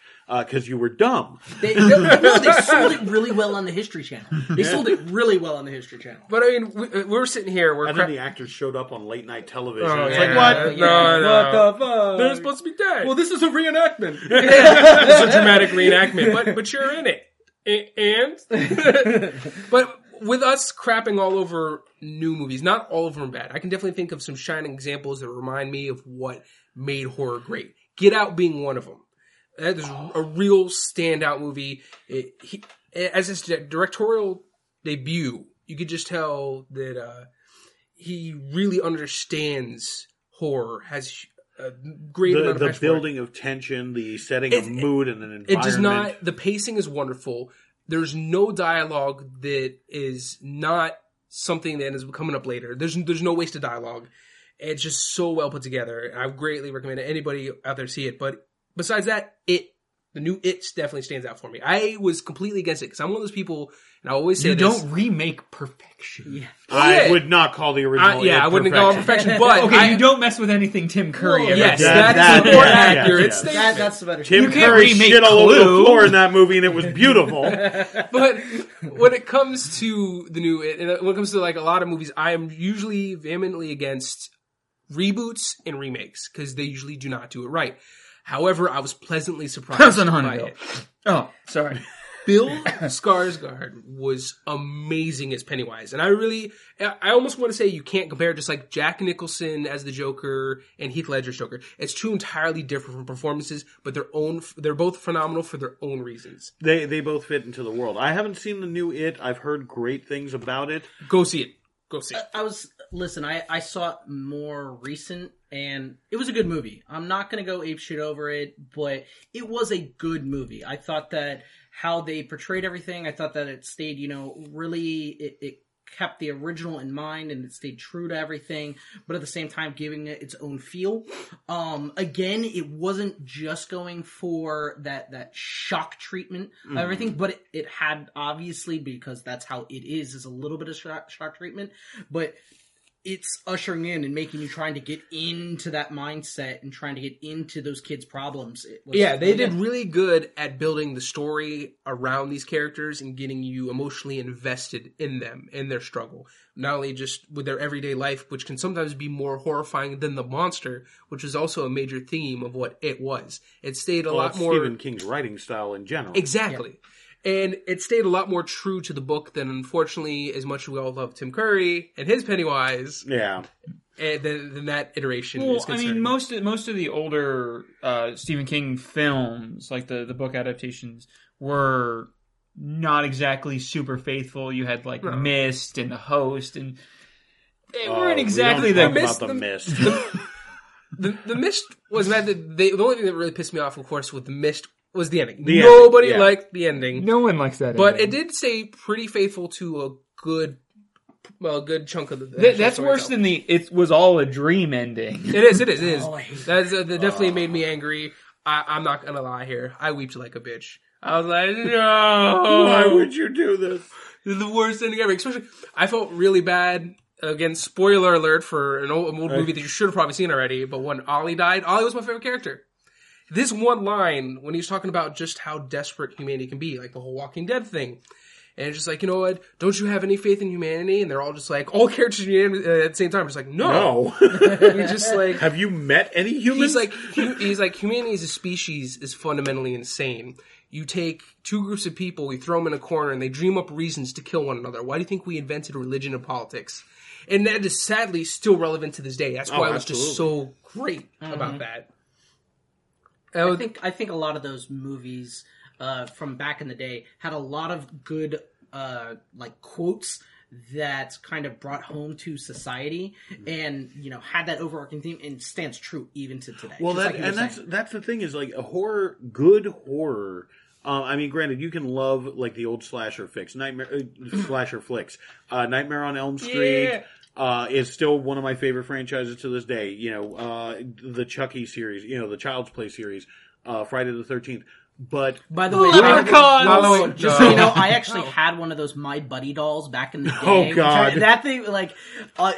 S4: because you were dumb.
S2: They, no, no, they sold it really well on the History Channel. They sold it really well on the History Channel.
S1: But I mean, we, uh, we're sitting here. We're
S4: And then
S1: cra-
S4: the actors showed up on late night television.
S1: Oh,
S4: it's
S1: yeah.
S4: like, what?
S1: No, no.
S4: What the fuck?
S1: they're supposed to be dead.
S2: this is a reenactment.
S1: it's a dramatic reenactment, but but you're in it, A- and but with us crapping all over new movies, not all of them are bad. I can definitely think of some shining examples that remind me of what made horror great. Get Out being one of them. That is a real standout movie. It, he, as his directorial debut, you could just tell that uh, he really understands horror. Has a great
S4: the,
S1: amount of
S4: the
S1: passion for it.
S4: building of tension, the setting
S1: It-
S4: of mood, and an environment.
S1: It does not. The pacing is wonderful. There's no dialogue that is not something that is coming up later. There's there's no wasted dialogue. It's just so well put together. I greatly recommend it. anybody out there see it. But besides that, it the new it definitely stands out for me. I was completely against it because I'm one of those people, and I always say
S3: you
S1: this.
S3: don't remake perfection.
S4: I
S1: Yeah.
S4: would not call the
S1: I,
S4: original.
S1: yeah, I wouldn't go on perfection, but
S3: Okay,
S1: I,
S3: you don't mess with anything Tim Curry. ever
S1: Yes,
S3: did.
S4: That-
S1: that's
S4: that-
S1: a more
S4: yeah, yeah,
S1: accurate
S4: yeah.
S1: statement.
S2: That, that's the better.
S4: Tim
S3: You can't
S4: Curry
S3: remake
S4: shit all over the
S3: Clue.
S4: floor in that movie, and it was beautiful.
S1: but when it comes to the new, and when it comes to like a lot of movies, I am usually vehemently against reboots and remakes because they usually do not do it right. However, I was pleasantly surprised
S3: House on
S1: by
S3: Haunted Hill.
S1: it.
S3: Oh, sorry.
S1: Bill Skarsgård was amazing as Pennywise, and I really, I I almost want to say you can't compare just like Jack Nicholson as the Joker and Heath Ledger's Joker. It's two entirely different performances, but their own, they're both phenomenal for their own reasons.
S4: they they both fit into the world. I haven't seen the new It. I've heard great things about it.
S1: Go see it. Go see it.
S2: I was listen. I I saw it more recent, and it was a good movie. I'm not gonna go ape shit over it, but it was a good movie. I thought that how they portrayed everything. I thought that it stayed, you know, really it. it kept the original in mind and it stayed true to everything but at the same time giving it its own feel um again it wasn't just going for that that shock treatment
S1: Mm-hmm.
S2: of everything but it, it had obviously because that's how it is is a little bit of shock, shock treatment but it's ushering in and making you trying to get into that mindset and trying to get into those kids problems it was
S1: Yeah, they
S2: really
S1: did
S2: good.
S1: really good at building the story around these characters and getting you emotionally invested in them and their struggle. Not only just with their everyday life, which can sometimes be more horrifying than the monster, which is also a major theme of what it was. It stayed a
S4: Well,
S1: lot
S4: Oh, it's
S1: more
S4: Stephen King's writing style in general.
S1: Exactly. And it stayed a lot more true to the book than unfortunately as much as we all love Tim Curry and his Pennywise
S4: Yeah,
S1: and than, than that iteration
S3: Well,
S1: is
S3: I
S1: concerned.
S3: mean, most of, most of the older uh, Stephen King films, like the the book adaptations, were not exactly super faithful. You had like
S1: No.
S3: Mist and The Host, and they
S4: Oh,
S3: weren't
S4: we
S3: exactly
S4: don't
S3: the.
S4: talk about the
S1: Mist-
S4: mist.
S1: The, the mist was that the, they, the only thing that really pissed me off, of course, with the mist was the ending.
S4: The ending,
S1: Nobody
S4: yeah.
S1: liked the ending,
S3: No one likes that.
S1: but it did stay pretty faithful to a good, well, a good chunk of the.
S3: Th- that's worse than the. It was all a dream ending.
S1: it is. It is. It is.
S2: Oh, I hate Oh.
S1: That's, uh, that definitely made me angry. I, I'm not gonna lie here. I weeped like a bitch. I was like, no.
S4: Why would you do this?
S1: This is the worst ending ever. Especially, I felt really bad again, spoiler alert for an old, an old movie that you should have probably seen already, but when Ollie died, Ollie was my favorite character. This one line, when he was talking about just how desperate humanity can be, like the whole Walking Dead thing, and it's just like, you know what, don't you have any faith in humanity? And they're all just like, all characters in humanity, uh, at the same time, just like, no.
S4: No.
S1: We just like,
S4: Have you met any humans?
S1: Oh. he's like hu- he's like humanity as a species is fundamentally insane. You take two groups of people, you throw them in a corner, and they dream up reasons to kill one another. Why do you think we invented religion and politics? And that is sadly still relevant to this day. That's why
S4: Oh,
S1: I was just so great about that. I
S2: Mm-hmm. I
S1: would-
S2: think I think a lot of those movies uh, from back in the day had a lot of good uh, like quotes that kind of brought home to society and you know had that overarching theme and stands true even to today.
S4: well,
S2: just
S4: that,
S2: like you were
S4: and that's
S2: saying.
S4: that's the thing is like a horror, good horror. Uh, I mean, granted, you can love like the old slasher fix, nightmare uh, slasher flicks, uh, Nightmare on Elm Street.
S1: Yeah.
S4: Uh, is still one of my favorite franchises to this day. You know, uh, the Chucky series, you know, the Child's Play series, uh, Friday the 13th. But
S2: by the way,
S3: Leprechauns!
S2: I,
S1: Halloween,
S2: just so you know, I actually had one of those My Buddy dolls back in the day.
S4: Oh,
S2: which
S4: God.
S2: I- that thing like uh,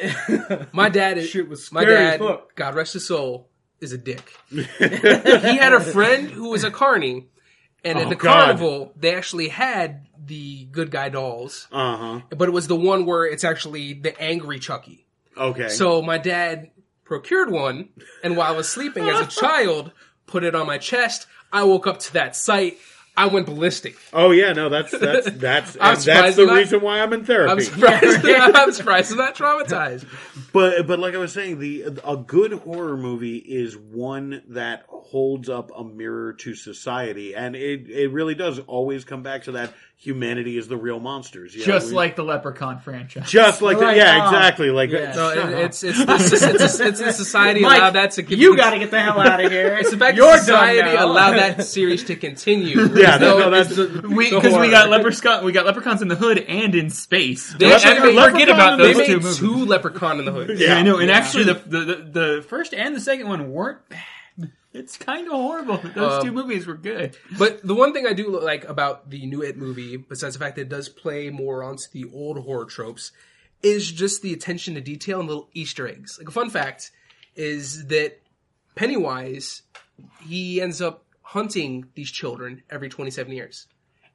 S1: my dad is
S2: Shit was
S1: my
S2: scary as
S1: dad.
S2: fuck.
S1: God rest his soul is a dick. he had a friend who was a carny, and at
S4: Oh,
S1: the
S4: God.
S1: carnival they actually had the good guy dolls.
S4: uh huh.
S1: but it was the one where it's actually the angry Chucky.
S4: Okay.
S1: So my dad procured one, and while I was sleeping as a child, put it on my chest. I woke up to that sight. I went ballistic.
S4: oh yeah, no, that's that's that's
S1: I'm
S4: and that's
S1: surprised
S4: the
S1: not-
S4: reason why I'm in therapy.
S1: I'm surprised. I'm surprised I'm not traumatized.
S4: But but like I was saying, the a good horror movie is one that holds up a mirror to society, and it it really does always come back to that humanity is the real monsters, You know,
S3: Just
S4: we-
S3: like the Leprechaun franchise.
S4: just like that,
S2: Right,
S4: yeah,
S2: uh,
S4: exactly, like
S2: yeah.
S1: No, it, it's it's it's, it's, it's the society allowed that to continue.
S2: you got to get the hell out of here.
S1: It's the fact
S3: You're
S1: that
S3: done
S1: society
S3: now.
S1: allowed that series to continue.
S4: yeah,
S1: So
S4: no, no,
S1: it's-
S4: that's
S3: We
S1: The
S3: because we
S1: horror.
S3: got leprechaun, we got leprechauns in the hood and in space.
S1: They
S3: Don't
S1: actually
S3: ever
S1: made
S3: forget
S4: Leprechaun
S3: about
S4: in the
S1: they
S3: those
S1: made
S3: two
S1: two,
S3: movies.
S1: Leprechaun in the Hood.
S4: Yeah.
S3: I know, and actually the, the the the first and the second one weren't bad. It's kind of horrible. but Those two movies were good.
S1: But the one thing I do like about the new It movie, besides the fact that it does play more onto the old horror tropes, is just the attention to detail and little Easter eggs. Like a fun fact is that Pennywise, he ends up hunting these children every 27 years.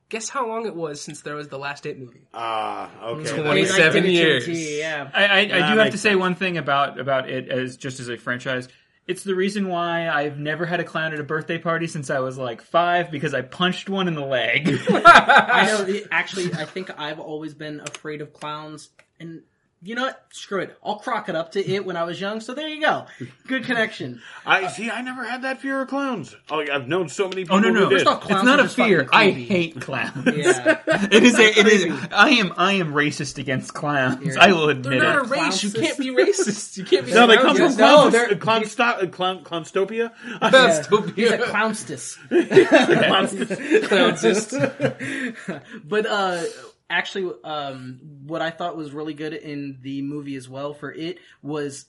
S1: Guess how long it was since there was the last It movie?
S4: ah okay.
S1: Twenty
S4: that's-
S1: seven. seven years.
S2: Yeah.
S3: I, I, I do
S4: That
S3: have
S4: makes
S3: to say one thing about about it as just as a franchise. It's the reason why I've never had a clown at a birthday party since I was like five because I punched one in the leg.
S2: I know. Actually, I think I've always been afraid of clowns, and you know what? Screw it. I'll crock it up to it when I was young. So there you go. Good connection.
S4: I see. I never had that fear of clowns. Oh, I've known so many people.
S3: Oh no
S4: who
S3: no!
S4: did.
S3: It's not,
S2: clowns are
S3: a
S2: just fucking
S3: fear. I
S2: creepy.
S3: hate clowns.
S2: Yeah.
S3: it is. A, it is. I am. I am racist against clowns.
S2: You're-
S3: I will admit
S1: Not a
S3: it.
S2: Clown
S1: race. You
S2: system.
S1: can't be racist. You can't be.
S4: No, they come from
S1: racist.
S2: No,
S4: clowns.
S2: they're-
S4: clown, sto- clown, clownstopia.
S1: That's
S2: He's a
S1: stupid.
S2: clownstis.
S4: Clownst-
S1: Clownsist.
S2: But uh actually um what I thought was really good in the movie as well for it was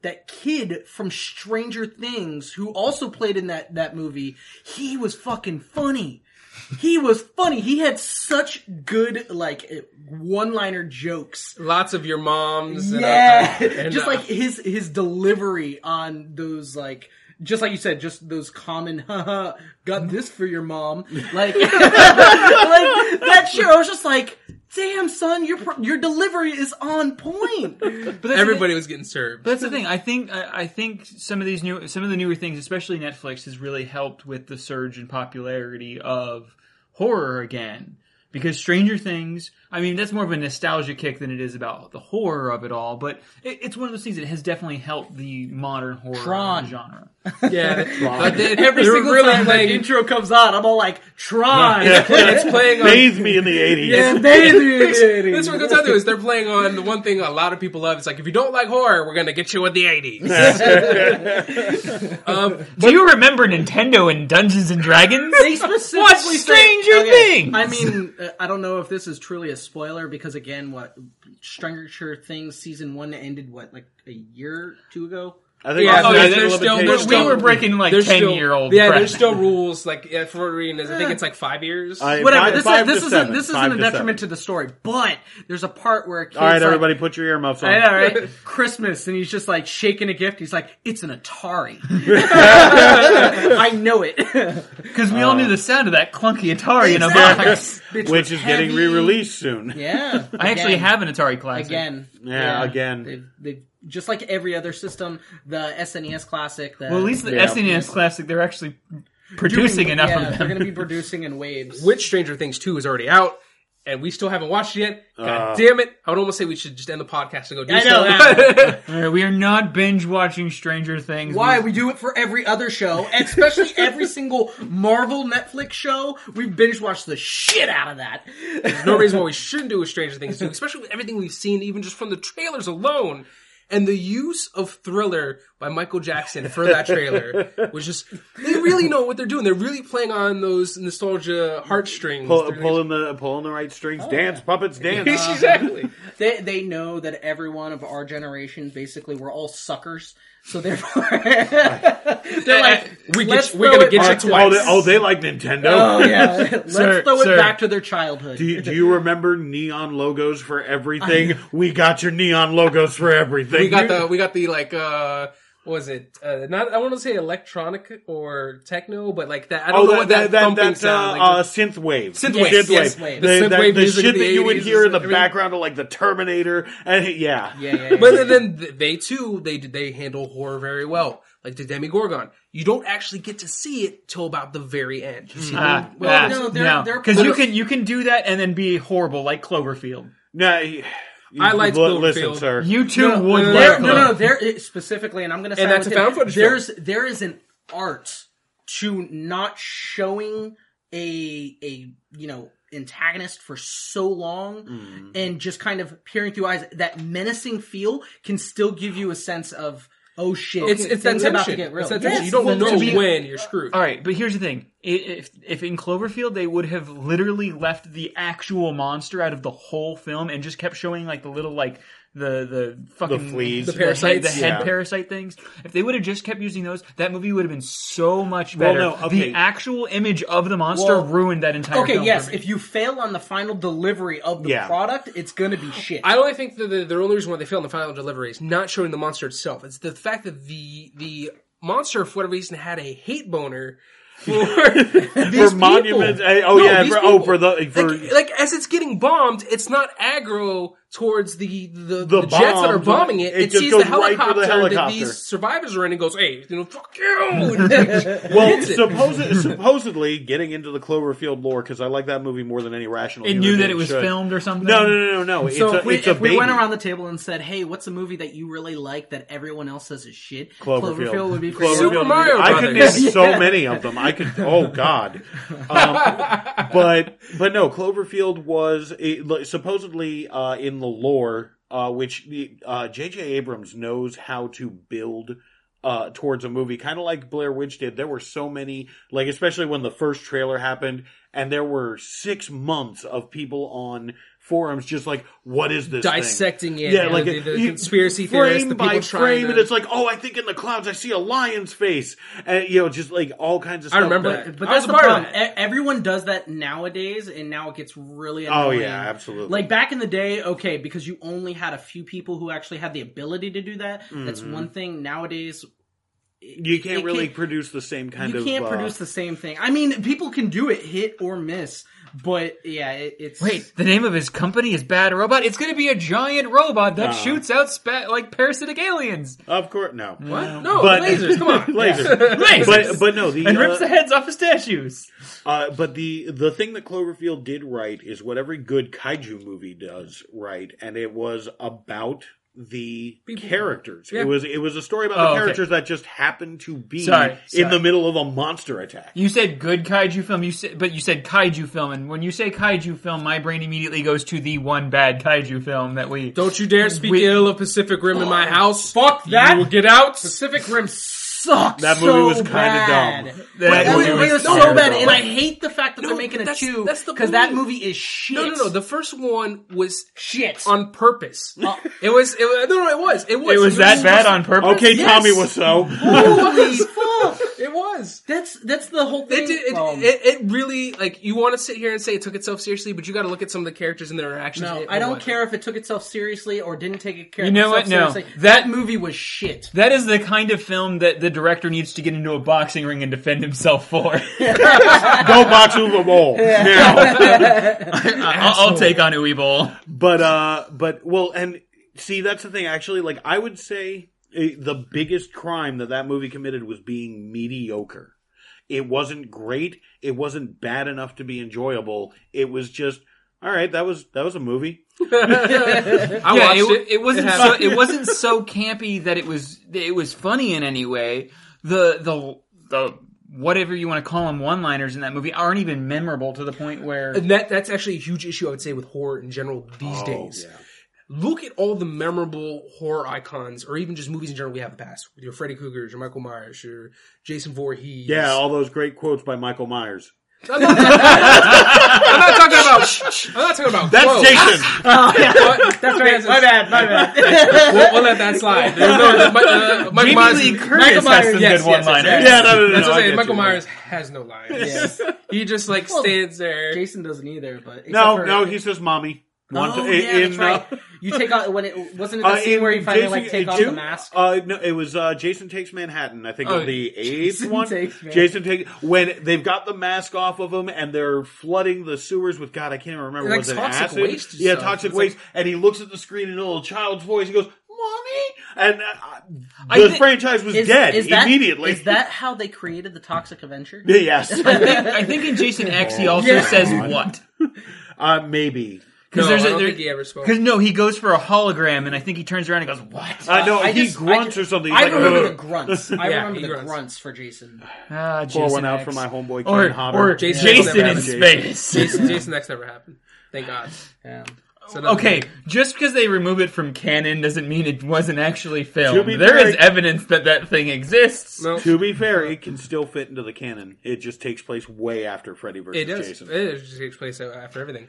S2: that kid from Stranger Things who also played in that that movie, he was fucking funny. He was funny. He had such good like one-liner jokes.
S1: Lots of your moms. And, uh,
S2: Yeah,
S1: and,
S2: just
S1: uh,
S2: like his his delivery on those like just like you said, just those common haha got this for your mom like like that shit. I was just like, damn son, your pro- your delivery is on point. But that's
S1: everybody was getting served.
S3: But that's the thing. I think I I think some of these new some of the newer things, especially Netflix, has really helped with the surge in popularity of horror again. Because Stranger Things, I mean, that's more of a nostalgia kick than it is about the horror of it all. But it, it's one of those things that has definitely helped the modern horror
S2: Tron.
S3: genre.
S1: Yeah, but they,
S2: every
S1: they were
S2: single
S1: really
S2: time
S1: playing-
S2: that intro comes on, I'm all like, try.
S1: it's playing on.
S4: Bathed me in the eighties.
S2: And they did
S1: That's what it comes down to is they're playing on the one thing a lot of people love. It's like if you don't like horror, we're gonna get you with the '80s. um,
S3: Do you remember Nintendo and Dungeons and Dragons?
S2: They specifically
S3: Watch
S2: say-
S3: Stranger Things!
S2: I mean, uh, I don't know if this is truly a spoiler because again, what Stranger Things season one ended what like a year two ago.
S4: I think
S1: Yeah,
S4: it's
S1: no,
S4: actually
S1: there's
S4: a little
S1: still-
S4: bit
S1: there's
S4: taste-
S3: we
S1: still-
S3: were breaking like
S1: There's
S3: ten
S1: still-
S3: year old.
S1: Yeah, there's still rules like yeah, for arenas. I think it's like five years.
S4: I-
S2: Whatever.
S4: five-
S2: this
S4: five
S2: is, this
S4: to
S2: isn't
S4: seven.
S2: this isn't
S4: Five
S2: a
S4: to
S2: detriment to
S4: seven.
S2: the story, but there's a part where a kid's
S4: All right,
S2: like,
S4: everybody, put your earmuffs on.
S2: I know, right? Christmas, and he's just like shaking a gift. He's like, "It's an Atari." I know it.
S3: because we all knew the sound of that clunky Atari in a
S2: Exactly.
S3: box.
S2: Bitch
S4: Which
S2: was
S4: is
S2: heavy.
S4: getting re-released soon.
S2: Yeah,
S3: I actually
S2: again.
S3: have an Atari Classic.
S2: again.
S4: Yeah, again.
S2: They've, they've just like every other system, the SNES Classic. The,
S3: Well, at least the
S4: Yeah.
S3: SNES Classic, they're actually
S2: doing-
S3: producing enough
S2: yeah,
S3: of
S2: They're
S3: them.
S2: going to be producing in waves.
S1: Which Stranger Things 2 is already out, and we still haven't watched it yet. God
S4: Uh.
S1: damn it. I would almost say we should just end the podcast and go do
S2: I know,
S1: so.
S3: All right, we are not binge watching Stranger Things.
S2: Why
S3: We-
S2: we do it for every other show, and especially every single Marvel Netflix show. We binge watch the shit out of that.
S1: no reason why we shouldn't do a Stranger Things 2, especially with everything we've seen, even just from the trailers alone. And the use of Thriller by Michael Jackson for that trailer was just, they really know what they're doing. They're really playing on those nostalgia heartstrings.
S4: Pull,
S1: They're-
S4: pulling the pulling the right strings,
S2: Oh.
S4: dance puppets, dance.
S1: exactly.
S2: They they know that everyone of our generation basically we're all suckers, so therefore they're like
S1: Uh, We get
S2: let's
S1: you- we're
S2: throw
S1: gonna
S2: it
S1: get you
S2: back to-
S1: twice.
S4: Oh, they, oh, they like Nintendo.
S2: Oh yeah, let's
S3: Sir,
S2: throw it
S3: sir.
S2: back to their childhood.
S4: Do you, do you remember neon logos for everything? We got your neon logos for everything. oh,
S1: we got the we got the like uh what was it uh, not I want to say electronic or techno, but like that I don't
S4: Oh,
S1: know
S4: that,
S1: what that,
S4: that, that,
S1: thumping
S4: that
S1: sound
S4: uh,
S1: like.
S4: uh, synthwave.
S1: Synthwave,
S2: yes, synthwave.
S4: The,
S1: The
S4: that-
S1: synthwave
S4: the
S1: music of
S4: shit
S1: the
S4: that you would
S1: 80s
S4: hear in
S1: is
S4: the
S1: everything.
S4: background of like the Terminator. And, yeah.
S2: yeah, yeah, yeah.
S1: but then th- they too they they handle horror very well. Like the Demigorgon, you don't actually get to see it till about the very end. You see
S3: Ah,
S1: them-
S2: Well,
S3: ah,
S2: no, they're- they're-
S3: because you can you can do that and then be horrible like Cloverfield.
S4: No, he-
S1: I liked
S4: L- listen,
S1: Cloverfield.
S4: sir.
S3: You too
S1: No,
S3: would.
S1: no,
S3: like
S2: there, no, no,
S3: Cloverfield.
S2: there it- specifically, and I'm going to.
S1: And that's a found footage film.
S2: There's there is an art to not showing a a you know antagonist for so long
S1: Mm.
S2: and just kind of peering through eyes. That menacing feel can still give you a sense of oh shit.
S1: It's it's that
S2: things about
S1: tension.
S2: to get real.
S1: It's that
S2: Yes,
S1: tension. You don't
S2: well,
S1: know
S2: to be-
S1: when you're screwed.
S3: All right, but here's the thing: I- if if in Cloverfield they would have literally left the actual monster out of the whole film and just kept showing like the little like the the fucking
S4: The fleas.
S3: the,
S4: The
S3: parasites,
S1: parasites,
S3: the head
S4: yeah.
S3: parasite things. If they would have just kept using those, that movie would have been so much better.
S4: no, okay.
S3: The actual image of the monster
S2: Well,
S3: ruined that entire.
S2: Okay,
S3: film
S2: yes.
S3: for me.
S2: If you fail on the final delivery of the
S4: Yeah.
S2: product, it's going to be shit.
S1: I only think that the, the only reason why they failed in the final delivery is not showing the monster itself. It's the fact that the the monster, for whatever reason, had a hate boner for these
S4: for monuments.
S1: people.
S4: eh, Oh
S1: No,
S4: yeah,
S1: these
S4: for, oh
S1: people.
S4: for the for
S1: like, like, as it's getting bombed, it's not aggro towards the the, the,
S4: The
S1: jets that are
S4: bombs,
S1: bombing it.
S4: it
S1: It,
S4: just
S1: sees
S4: goes
S1: the
S4: right
S1: helicopter,
S4: for the
S1: that
S4: helicopter.
S1: these survivors are in and goes, "Hey, you know, fuck you!" And
S4: well,
S1: hits it.
S4: supposedly, supposedly getting into the Cloverfield lore because I like that movie more than any rational.
S3: it
S4: human
S3: knew that
S4: being
S3: it was
S4: should.
S3: filmed or something.
S4: No, no, no, no, no. It's
S2: So
S4: a,
S2: if, we,
S4: it's a
S2: if we
S4: baby.
S2: went around the table and said, "Hey, what's a movie that you really like that everyone else says is shit?"
S4: Cloverfield.
S2: would be for
S4: Cloverfield.
S2: you.
S1: Super Mario
S4: I could name
S1: Brothers.
S4: so many of them. I could. Oh God. Um, but but no, Cloverfield was it, like, supposedly uh, in the lore, uh, which the, uh, J.J. Abrams knows how to build. Uh, towards a movie, kind of like Blair Witch did. There were so many, like especially when the first trailer happened, and there were six months of people on forums just like, "What is this?" thing?
S1: dissecting it.
S4: yeah,
S1: you know,
S4: like
S1: the, the
S4: you-
S1: conspiracy
S4: frame
S1: theorists, the people
S4: by
S1: trying
S4: frame,
S1: to.
S4: and it's like, oh, I think in the clouds I see a lion's face, and you know, just like all kinds of.
S1: I
S4: stuff.
S1: remember
S4: that-
S1: that.
S2: But
S1: I was
S2: that's the
S1: a part of
S2: problem. E- Everyone does that nowadays, and now it gets really annoying.
S4: Oh yeah, absolutely.
S2: Like back in the day, okay, because you only had a few people who actually had the ability to do that.
S4: Mm-hmm.
S2: That's one thing. Nowadays,
S4: you can't
S2: it
S4: really
S2: can't-
S4: produce the same kind
S2: you
S4: of.
S2: can't
S4: uh,
S2: produce the same thing. I mean, people can do it, hit or miss, but yeah, it, it's
S3: Wait, the name of his company is Bad Robot. It's going to be a giant robot that
S4: Uh.
S3: shoots out spa- like parasitic aliens.
S4: Of course, no.
S1: what? No,
S4: But-
S1: lasers. Come on,
S4: Laser.
S3: Lasers.
S4: But but no, the
S3: and rips
S4: uh,
S3: the heads off of statues.
S4: Uh, but the the thing that Cloverfield did right is what every good kaiju movie does right, and it was about the
S1: People.
S4: characters.
S1: Yeah.
S4: It was it was a story about
S3: Oh,
S4: the
S3: okay.
S4: characters that just happened to be
S3: Sorry,
S4: in
S3: sorry.
S4: the middle of a monster attack.
S3: You said good kaiju film, you said, but you said kaiju film, and when you say kaiju film, my brain immediately goes to the one bad kaiju film that we.
S1: Don't you dare speak
S3: We-
S1: ill of Pacific Rim in my house.
S2: Fuck that.
S1: You Oh, will get out.
S2: Pacific Rim. sucks. sucks.
S4: That movie
S2: so
S4: was kinda
S2: bad.
S4: dumb.
S3: That
S2: Like,
S3: movie
S2: it
S3: was
S2: so
S3: kinda
S2: bad,
S3: dumb.
S2: and I hate the fact that
S1: No,
S2: they're making a
S1: that's-
S2: two
S1: that's the
S2: because that
S1: point.
S2: movie is shit.
S1: No, no, no. The first one was
S2: shit. Uh,
S1: on purpose. it was. It, was- no, no, it was. It was.
S3: It was that bad on purpose.
S4: Okay,
S1: Yes.
S4: Tommy was so.
S2: Holy fuck!
S1: It was.
S2: That's that's the whole thing.
S1: It, did, it,
S2: Um,
S1: it, it really like you want to sit here and say it took itself seriously, but you got to look at some of the characters and their interactions.
S2: no,
S1: It
S2: I don't
S1: wasn't.
S2: care if it took itself seriously or didn't take it care-
S3: You know
S2: itself
S3: what? No.
S2: seriously.
S3: That-
S2: that movie was shit.
S3: That is the kind of film that the director needs to get into a boxing ring and defend himself for.
S4: Go box over bowl now.
S3: I'll, I'll take on Uwe Boll.
S4: But uh, but well, and see, that's the thing. Actually, like I would say, eh, the biggest crime that that movie committed was being mediocre. It wasn't great. It wasn't bad enough to be enjoyable. It was just all right. That was that was a movie.
S1: I
S3: yeah,
S1: watched
S3: it,
S1: it.
S3: it wasn't
S1: It
S3: so,
S1: happened.
S3: it wasn't so campy that it was that it was funny in any way. The the the whatever you want to call them one liners in that movie aren't even memorable to the point where
S1: And that that's actually a huge issue I would say with horror in general these
S2: Oh,
S1: days. Look at all the memorable horror icons, or even just movies in general we have in the past. Your Freddy Krueger's, your Michael Myers, your Jason Voorhees.
S4: Yeah, all those great quotes by Michael Myers.
S1: I'm not, I'm not talking about. I'm not talking about.
S4: That's
S1: quotes.
S4: Jason.
S1: But-
S2: That's right. My bad. My bad.
S1: We'll, we'll let that slide. There's no- uh, Mi- uh, Michael
S3: Jamie
S1: Myers-
S3: Lee Curtis
S1: Michael
S3: has
S1: Myers-
S3: some
S1: yes, yes, yes,
S3: good one-liners.
S1: yes.
S4: yeah, no, no, no.
S1: That's what
S4: I
S1: I'm saying.
S4: get
S1: Michael
S4: you.
S1: Myers has no lines. He just like stands there.
S2: Jason doesn't either, but except
S4: No,
S2: for-
S4: no, he says mommy. One
S2: Oh,
S4: ti-
S2: yeah,
S4: in,
S2: that's right.
S4: uh,
S2: You take out when it wasn't it the
S4: uh,
S2: scene
S4: in
S2: where he finally
S4: Jason-
S2: like take
S4: uh,
S2: off
S4: Ju-
S2: the mask.
S4: Uh, no, it was uh, Jason Takes Manhattan. I think it
S1: Oh,
S4: was the eighth
S2: Jason
S4: one.
S2: Takes Manhattan.
S4: Jason Takes when they've got the mask off of him and they're flooding the sewers with God. I can't remember.
S1: Like
S4: was it
S1: toxic
S4: acid?
S1: waste or
S4: Yeah,
S1: something.
S4: toxic
S1: It's
S4: waste. and he looks at the screen in a little child's voice. He goes, "Mommy," and uh,
S3: I
S4: the
S3: thi-
S4: franchise was
S2: Is-
S4: dead
S2: is that-
S4: immediately.
S2: Is that how they created the Toxic Avenger?
S4: yes?
S3: I think, I think in Jason X he also
S2: Yeah.
S3: says what
S4: uh, maybe.
S1: No,
S3: because there's
S1: I
S3: a,
S1: don't
S3: there-
S1: think he ever spoke.
S3: 'cause no he goes for a hologram and I think he turns around and goes what
S4: Uh, no,
S2: I
S4: he
S2: just- I
S4: grunts
S2: ju-
S4: or something. He's
S2: I
S4: like,
S2: remember the
S4: "Ugh."
S2: grunts. I
S1: Yeah,
S2: remember
S1: he
S2: the
S1: grunts.
S2: grunts. for Jason.
S3: ah,
S4: Pour
S3: Jason
S4: one out
S3: X.
S4: for my homeboy
S3: or,
S4: Kevin Hobbit.
S3: or
S1: Jason
S3: Jason,
S1: never
S3: in
S1: happened.
S3: space.
S1: Jason, Jason X never happened. Thank God.
S2: Yeah.
S1: So nothing-
S3: Okay, just because they remove it from canon doesn't mean it wasn't actually
S4: To
S3: filmed.
S4: be
S3: There
S4: fair-
S3: is evidence that that thing exists.
S1: No,
S4: To be fair, it can still fit into the canon. It just takes place way after Freddy versus
S1: it does.
S4: Jason.
S1: It just takes place after everything.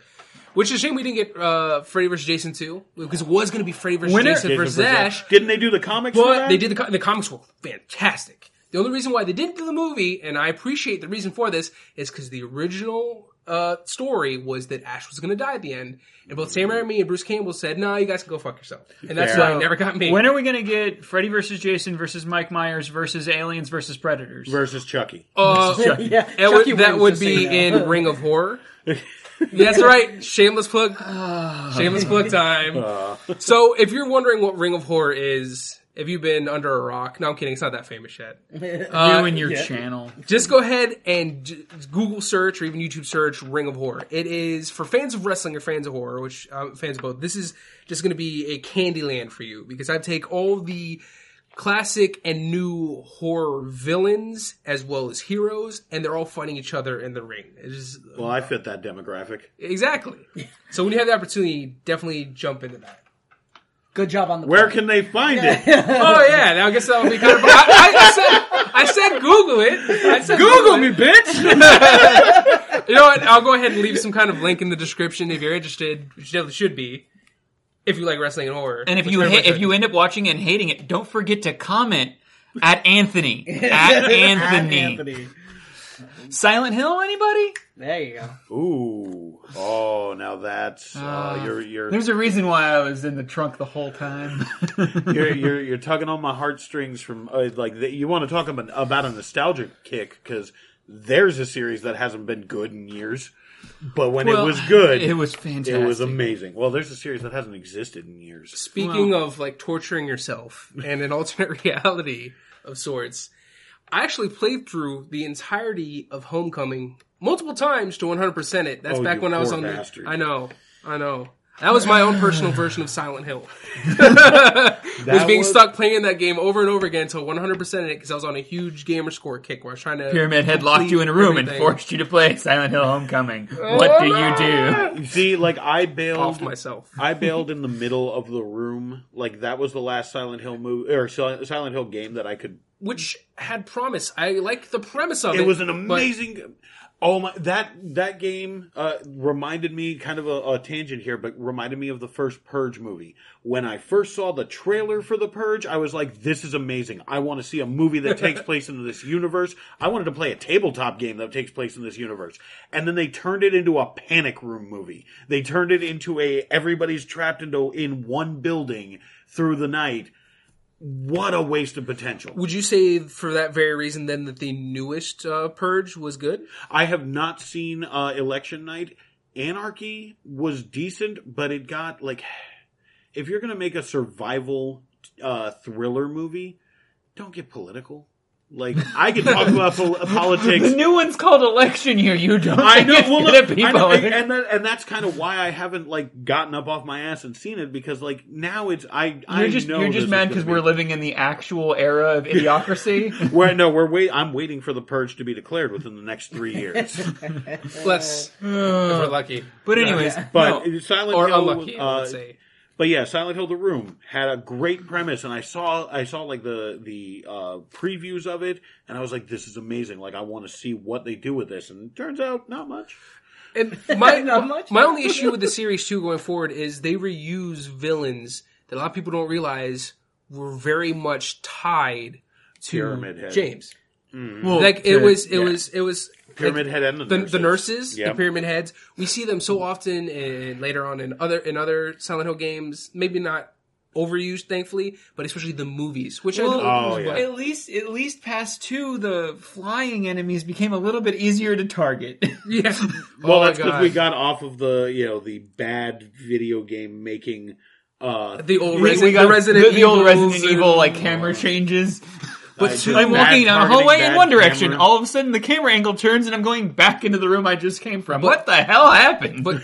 S1: Which is a shame we didn't get uh, Freddy vs. Jason 2, because it was going to be Freddy vs.
S3: Winner-
S1: Jason
S4: Jason
S1: vs.
S4: versus
S1: Ash.
S4: Didn't they do the comics? for
S1: But
S4: that?
S1: they did the, co- the comics were fantastic. The only reason why they didn't do the movie, and I appreciate the reason for this, is because the original uh, story was that Ash was going to die at the end, and both Sam Raimi and Bruce Campbell said, "No, you guys can go fuck yourself," and that's
S4: Yeah.
S1: why it never got made.
S3: When are we gonna get Freddy versus Jason versus Mike Myers versus Aliens versus Predators?
S4: versus Chucky.
S1: Uh,
S2: yeah.
S1: it would-
S2: Chucky
S1: that
S2: wins
S1: would
S2: the
S1: be
S2: same now.
S1: in Ring of Horror. That's right. Shameless plug. Shameless plug time. So, if you're wondering what Ring of Horror is, have you been under a rock? No, I'm kidding. It's not that famous yet.
S3: you and your channel.
S1: Just go ahead and j- Google search or even YouTube search Ring of Horror. It is for fans of wrestling or fans of horror, which uh, fans of both. This is just going to be a Candyland for you because I take all the classic and new horror villains as well as heroes, and they're all fighting each other in the ring. It is
S4: Well, I fit that demographic.
S1: exactly. So when you have the opportunity, definitely jump into that.
S2: Good job on the.
S4: Where
S2: plug.
S4: can they find it?
S1: Oh yeah, now I guess that would be kind of. I, I, I said, I said Google it. I said
S3: Google
S1: it.
S3: me, bitch!
S1: You know what? I'll go ahead and leave some kind of link in the description if you're interested, which definitely should be, if you like wrestling and horror.
S3: and if
S1: which
S3: you
S1: everybody
S3: hit, if
S1: should.
S3: you end up watching and hating it, don't forget to comment at Anthony. At Anthony.
S2: Anthony.
S3: Silent Hill, anybody?
S2: There you go.
S4: Ooh, oh, now that's uh, you're you're
S3: There's a reason why I was in the trunk the whole time.
S4: you're you're, you're tugging on my heartstrings from uh, like the, you want to talk about, about a nostalgic kick because there's a series that hasn't been good in years, but when
S3: Well,
S4: it was good,
S3: It was fantastic.
S4: it was amazing. Well, there's a series that hasn't existed in years.
S1: Speaking of like torturing yourself and an alternate reality of sorts, I actually played through the entirety of Homecoming multiple times to 100% it. That's
S4: Oh,
S1: back
S4: you
S1: when I was
S4: poor
S1: on
S4: bastard.
S1: the. I know, I know. That was my own personal version of Silent Hill. was
S4: That
S1: being
S4: was-
S1: stuck playing that game over and over again until 100% in it because I was on a huge gamer score kick where I was trying to
S3: Pyramid Head locked you in a room and
S1: everything.
S3: forced you to play Silent Hill Homecoming. What do you do?
S4: See, like I bailed
S1: off myself.
S4: I bailed in the middle of the room. Like that was the last Silent Hill movie or Sil- Silent Hill game that I could.
S1: Which had promise. I like the premise of it.
S4: It was an
S1: but
S4: amazing. Oh my! That that game uh, reminded me kind of a, a tangent here, but reminded me of the first Purge movie. When I first saw the trailer for the Purge, I was like, "This is amazing! I want to see a movie that takes place in this universe. I wanted to play a tabletop game that takes place in this universe." And then they turned it into a panic room movie. They turned it into a everybody's trapped into in one building through the night. What a waste of potential!
S1: Would you say for that very reason then that the newest uh, Purge was good?
S4: I have not seen uh, election night. Anarchy was decent, but it got like if you're gonna make a survival uh, thriller movie, don't get political. Like I can talk about pol- politics.
S3: The new one's called Election Year. You don't.
S4: I
S3: think
S4: know.
S3: it's
S4: Well,
S3: gonna
S4: look,
S3: be
S4: I know,
S3: politics.
S4: and that, and that's kind of why I haven't like gotten up off my ass and seen it because like now it's I I
S3: You're just
S4: know
S3: you're
S4: this
S3: just
S4: is
S3: mad
S4: gonna
S3: because
S4: be-
S3: we're living in the actual era of idiocracy.
S4: We're- no we're wait I'm waiting for the purge to be declared within the next three years.
S1: Less. if we're lucky.
S3: Uh, but anyways,
S4: But
S3: no.
S4: Silent
S1: Or
S4: Hill,
S1: unlucky, I
S4: uh,
S1: would say.
S4: But yeah, Silent Hill: The Room had a great premise, and I saw I saw like the the uh, previews of it, and I was like, "This is amazing! Like, I want to see what they do with this." And turns out, not much.
S1: And my
S2: Not much.
S1: my only issue with the series too going forward is they reuse villains that a lot of people don't realize were very much tied to
S4: Pyramid Head. Mm-hmm.
S1: James.
S3: Well,
S1: Like it
S3: to-
S1: was, it
S3: yeah.
S1: was, it was.
S4: Pyramid
S1: like,
S4: Head and the
S1: the,
S4: nurses.
S1: the nurses,
S4: Yeah.
S1: the pyramid heads. We see them so often, and later on in other in other Silent Hill games, maybe not overused, thankfully, but especially the movies, which I
S4: Oh,
S1: know was
S4: yeah.
S1: what-
S3: At least, at least past two, the flying enemies became a little bit easier to target.
S1: yeah.
S4: Well,
S1: Oh,
S4: that's
S1: God.
S4: because we got off of the you know the bad video game making. Uh,
S1: the old
S3: We- we
S1: Resident,
S3: got
S1: the Resident
S3: the, the old
S1: Evils
S3: Resident Evil
S1: and-
S3: like camera changes.
S4: But
S1: two-
S3: I'm
S4: Bad
S3: walking down a
S4: targeting,
S3: hallway in
S4: bad
S3: one direction.
S4: camera.
S3: All of a sudden, the camera angle turns, and I'm going back into the room I just came from. what the hell happened?
S1: but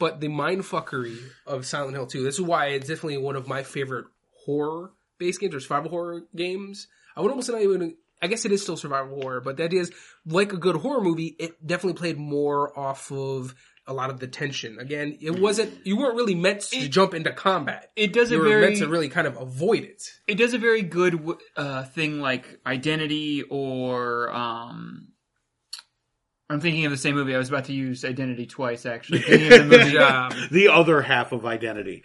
S1: but the mindfuckery of Silent Hill 2. This is why it's definitely one of my favorite horror based games or survival horror games. I would almost not even. I guess it is still survival horror, but the idea is like a good horror movie. It definitely played more off of a lot of the tension. Again, it wasn't. You weren't really meant to jump into combat.
S3: it does a
S1: you were
S3: very
S1: meant to really kind of avoid it.
S3: it does a very good w- uh, thing like identity or um I'm thinking of the same movie. I was about to use identity twice actually. Thinking of the movie- uh,
S1: Yeah.
S4: the other half of identity.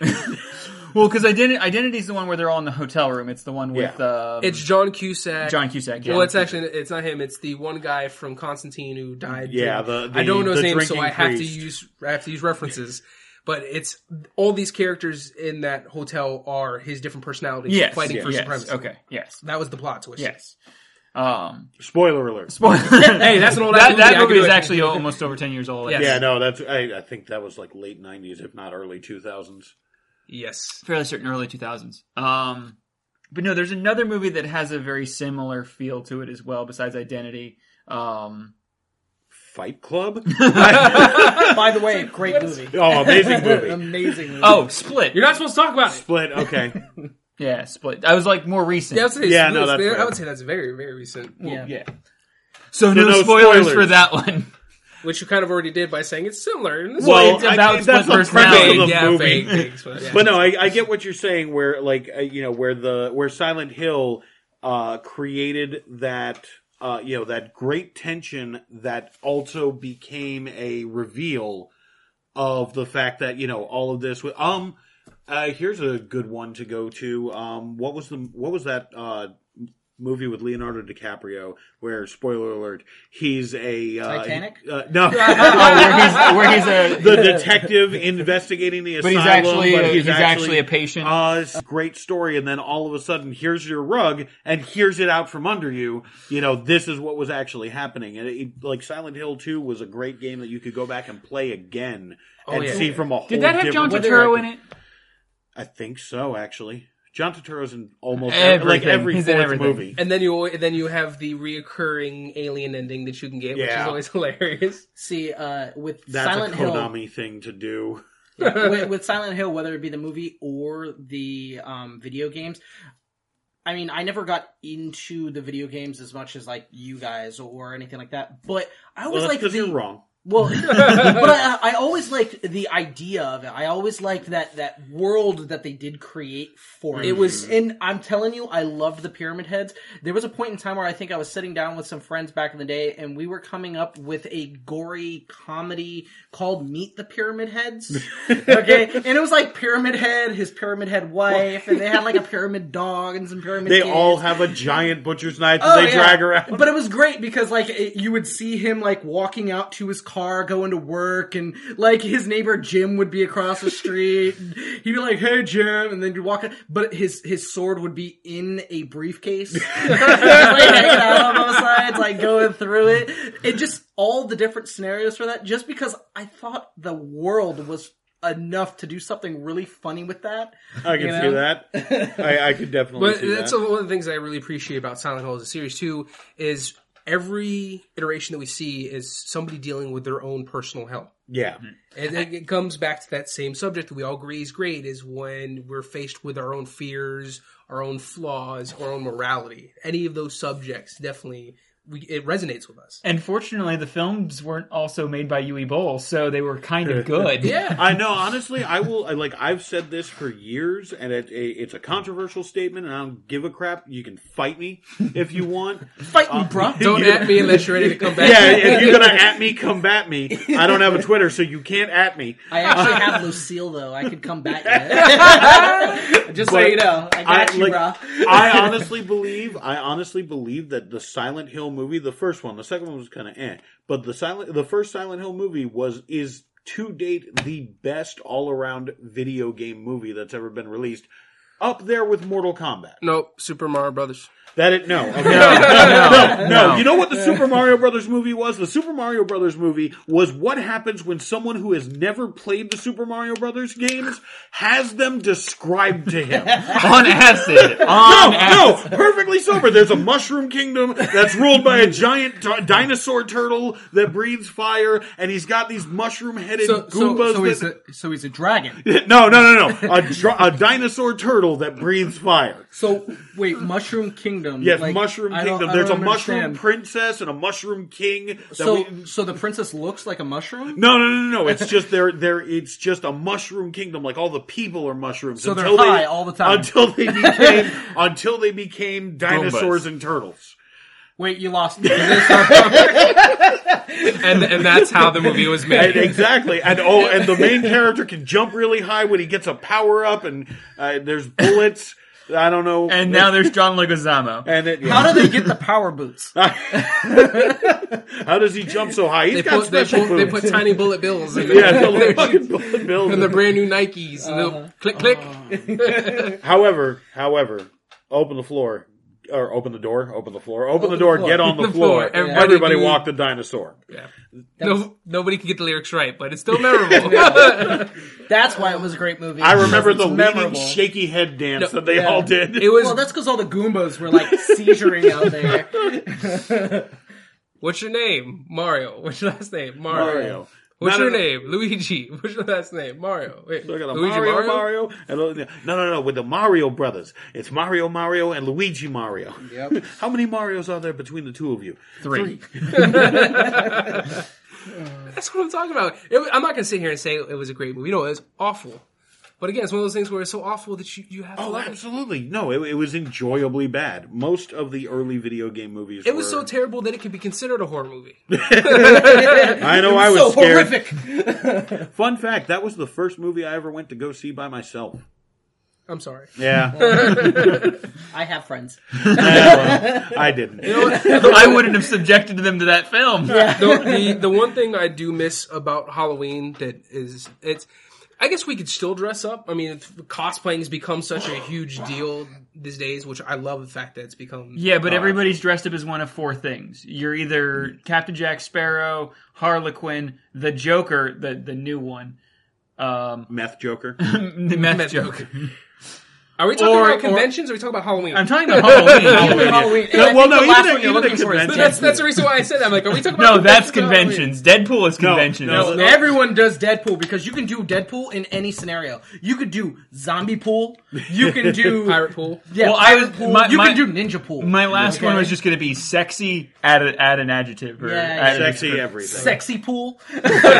S3: well, because identity identity is the one where they're all in the hotel room. It's the one with
S4: Yeah.
S3: um,
S1: It's John Cusack.
S3: John Cusack. Yeah.
S1: Well, it's actually it's not him. It's the one guy from Constantine who died.
S4: Yeah, the- the-
S1: I don't know his
S4: the
S1: name, so
S4: drinking
S1: I have to
S4: priest.
S1: use I have to use references. but it's all these characters in that hotel are his different personalities
S3: yes,
S1: fighting for
S3: yes,
S1: supremacy.
S3: Okay, yes,
S1: That was the plot twist.
S3: yes. Um,
S4: Spoiler alert.
S3: hey,
S1: that's an old
S3: that,
S1: ass movie. I
S3: that
S1: can
S3: movie
S1: do
S3: is
S1: it.
S3: actually almost over ten years old.
S1: Yes.
S4: Yeah, no, that's I, I think that was like late '90s, if not early 2000s.
S1: Yes.
S3: fairly certain early 2000s. Um, but no, there's another movie that has a very similar feel to it as well, besides Identity. Um,
S4: Fight Club.
S2: By the way, great movie.
S4: oh, amazing movie.
S2: Amazing movie.
S3: oh, Split.
S1: You're not supposed to talk about it.
S4: Split. Okay.
S3: yeah, Split. I was like more recent.
S1: Yeah, I would say,
S4: Yeah, no,
S1: it's-
S4: that's
S1: I
S4: fair.
S1: would say that's very, very recent.
S2: yeah.
S3: Yeah. So
S4: No,
S3: no,
S4: no
S3: spoilers,
S4: spoilers.
S3: for that one.
S1: Which you kind of already did by saying it's similar. And this
S4: Well,
S1: is
S3: it's about
S4: I,
S3: split
S4: that's the premise
S3: personality.
S4: of the
S1: yeah,
S4: movie.
S1: vague things, but, yeah.
S4: But no, I, I get what you're saying. Where like uh, you know where the where Silent Hill uh, created that uh, you know that great tension that also became a reveal of the fact that you know all of this. wa- Um, uh, here's a good one to go to. Um, what was the what was that uh, m- movie with Leonardo DiCaprio? Where spoiler alert, he's a uh,
S2: Titanic?
S4: Uh,
S3: Oh,
S4: no.
S3: where he's, where he's a.
S4: The detective investigating the
S3: but
S4: asylum,
S3: he's actually
S4: but
S3: a,
S4: he's
S3: actually a patient.
S4: uh, it's a great story, and then all of a sudden, here's your rug, and here's it out from under you. You know, this is what was actually happening. And it, it- like Silent Hill Two was a great game that you could go back and play again and
S1: yeah.
S4: see from a whole.
S3: Did that have John
S4: different
S3: Turturro in
S4: perspective.
S3: it?
S4: I think so, actually. John Turturro's in almost
S3: Everything.
S4: like every
S3: He's in
S4: fourth
S3: everything.
S4: movie.
S1: And then you al- then you have the reoccurring alien ending that you can get, which
S4: Yeah.
S1: is always hilarious.
S2: See, uh, with
S4: That's
S2: Silent
S4: a
S2: Hill,
S4: Konami thing to do.
S2: with, with Silent Hill, whether it be the movie or the um, video games. I mean, I never got into the video games as much as like you guys or anything like that. But I
S4: Well,
S2: always
S4: that's
S2: like
S4: because
S2: the
S4: you're wrong.
S2: well, but I, I always liked the idea of it. I always liked that that world that they did create for it. It was,
S4: Mm-hmm.
S2: and I'm telling you, I loved the Pyramid Heads. There was a point in time where I think I was sitting down with some friends back in the day, and we were coming up with a gory comedy called Meet the Pyramid Heads. okay, and it was like Pyramid Head, his Pyramid Head wife, and they had like a pyramid dog and some pyramid.
S4: They
S2: kids.
S4: all have a giant butcher's knife
S2: Oh,
S4: that they
S2: yeah.
S4: drag around.
S2: But it was great because like it, you would see him like walking out to his car, going to work, and like his neighbor Jim would be across the street. and he'd be like, "Hey Jim," and then you'd walk. Out, but his his sword would be in a briefcase, like, hanging out on both sides, like going through it. It just all the different scenarios for that. Just because I thought the world was enough to do something really funny with that.
S4: I can
S2: you
S4: see
S2: know?
S4: that. I, I could definitely
S1: But
S4: see
S1: that's
S4: that.
S1: one of the things I really appreciate about Silent Hill as a series too is every iteration that we see is somebody dealing with their own personal hell.
S4: yeah.
S1: And it, it comes back to that same subject that we all agree is great is when we're faced with our own fears, our own flaws, our own morality. Any of those subjects definitely we, it resonates with us.
S3: And fortunately, the films weren't also made by Yui Bowl, so they were kind of good.
S1: Yeah.
S4: I know. Honestly, I will. I- Like I've said this for years, and it, it, it's a controversial statement, and I don't give a crap. You can fight me if you want.
S2: Fight me, bro.
S1: Don't at me unless you're ready to come back.
S4: yeah, if you're gonna at me, come at me. I don't have a Twitter, so you can't at me.
S2: I actually have Lucille though. I could come back. to it. Just so
S4: But
S2: you know, I got
S4: I,
S2: you,
S4: like,
S2: brah.
S4: I honestly believe, I honestly believe that the Silent Hill movie, the first one, the second one was kind of eh, but the Silent, the first Silent Hill movie was is to date the best all around video game movie that's ever been released, up there with Mortal Kombat.
S1: Nope, Super Mario Brothers.
S4: That it no, okay.
S3: no,
S4: no, no. You know what the Super Mario Brothers movie was? The Super Mario Brothers movie was what happens when someone who has never played the Super Mario Brothers games has them described to him.
S3: on acid.
S4: No,
S3: On
S4: no, perfectly sober. There's a mushroom kingdom that's ruled by a giant di- dinosaur turtle that breathes fire, and he's got these mushroom-headed goombas. that-
S2: a, so he's a dragon.
S4: no, no, no, no. A, dr- a dinosaur turtle that breathes fire.
S2: So wait, Mushroom Kingdom.
S4: Yes,
S2: like,
S4: mushroom
S2: I don't-
S4: kingdom.
S2: I
S4: There's a
S2: don't
S4: mushroom
S2: understand.
S4: princess and a mushroom king. That
S2: So
S4: we-
S2: so the princess looks like a mushroom.
S4: no, no, no, no, no. It's just they're, they're It's just a mushroom kingdom. Like all the people are mushrooms.
S2: So they're
S4: until
S2: high all the time.
S4: Until they became until they became dinosaurs and turtles.
S2: Wait, you lost. me. This are-
S1: And and that's how the movie was
S4: And
S1: made.
S4: exactly, and oh, and the main character can jump really high when he gets a power up, and uh, there's bullets. I don't know.
S3: And now there's John Leguizamo.
S4: and it,
S2: How do they get the power boots?
S4: how does he jump so high? He's
S1: They
S4: got
S1: put, they,
S4: special
S1: put, they put
S4: moves.
S1: tiny bullet bills in
S4: yeah,
S1: there.
S4: the little fucking bullet bills.
S1: and the brand new Nikes. And they'll click, click.
S4: However, however, open the floor or open the door, open the floor, open, the door,
S2: the floor.
S4: get on the,
S1: The
S4: floor.
S1: floor.
S4: Everybody,
S1: Everybody do-
S4: walk the dinosaur.
S1: No, nobody can get the lyrics right, but it's still memorable.
S2: That's why it was a great movie.
S4: I remember the
S2: It's
S4: leaning shaky head dance
S1: No,
S4: that they
S2: yeah.
S4: all did.
S1: It was
S2: Well, that's because all the Goombas were like seizuring out there.
S1: what's your name, Mario? What's your last name, Mario?
S4: Mario.
S1: What's
S4: No,
S1: your
S4: no, no.
S1: name, Luigi? What's your last name, Mario? Wait,
S4: Look at the
S1: Luigi
S4: Mario, Mario, and no, no, no, with the Mario brothers, it's Mario, Mario, and Luigi, Mario.
S2: Yep.
S4: How many Mario's are there between the two of you?
S3: Three.
S1: That's what I'm talking about. It, was- I'm not gonna sit here and say it was a great movie. No, it was awful. But again, it's one of those things where it's so awful that you, you have to
S4: Oh,
S1: love it.
S4: absolutely. No, it, it was enjoyably bad. Most of the early video game movies.
S1: It was
S4: were-
S1: so terrible that it could be considered a horror movie.
S4: I know. I was
S2: so
S4: scared.
S2: horrific.
S4: Fun fact: that was the first movie I ever went to go see by myself.
S1: I'm sorry.
S4: Yeah,
S2: I have friends.
S4: I didn't.
S3: I wouldn't have subjected them to that film.
S1: the, the the one thing I do miss about Halloween that is it's I guess we could still dress up. I mean, it's- cosplaying has become such a huge deal these days, which I love the fact that it's become.
S3: Yeah, but everybody's dressed up as one of four things. You're either Captain Jack Sparrow, Harlequin, the Joker, the the new one, um,
S4: Meth Joker.
S3: the meth,
S1: Meth
S3: Joker,
S1: Are we talking
S3: Or-
S1: about
S3: or-
S1: conventions? Or, are we talking about Halloween?
S3: I'm talking about Halloween.
S2: Halloween.
S3: Halloween.
S2: Halloween.
S1: No,
S2: I think
S3: well,
S2: the
S3: no,
S2: last one
S3: even a-
S2: you're
S3: even a
S2: looking for is
S1: But
S3: convention.
S1: that's that's the reason why I said that. I'm like, are we talking about
S3: No, that's
S1: conventions or Halloween?
S3: conventions. Deadpool is
S4: No,
S3: conventions.
S4: no.
S2: No, everyone does Deadpool because you can do Deadpool in any scenario. You could do zombie pool. You can do
S1: Pirate pool.
S2: Yeah,
S3: Well, I
S2: pirate
S3: was-
S2: pool.
S3: my-
S2: you
S3: my-
S2: can do ninja pool.
S3: My last
S2: Okay.
S3: one was just going to be sexy. Add, a, add an adjective or
S2: Yeah, yeah.
S3: add a
S4: Sexy
S3: description.
S4: everything.
S2: sexy pool.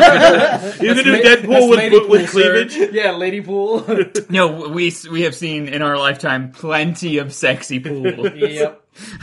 S4: You can do
S1: la- that's
S4: Deadpool with,
S1: lady
S4: with, with
S1: pool, sir.
S4: cleavage.
S2: yeah, lady pool.
S3: No, we we have seen in our lifetime plenty of sexy pool.
S2: yep.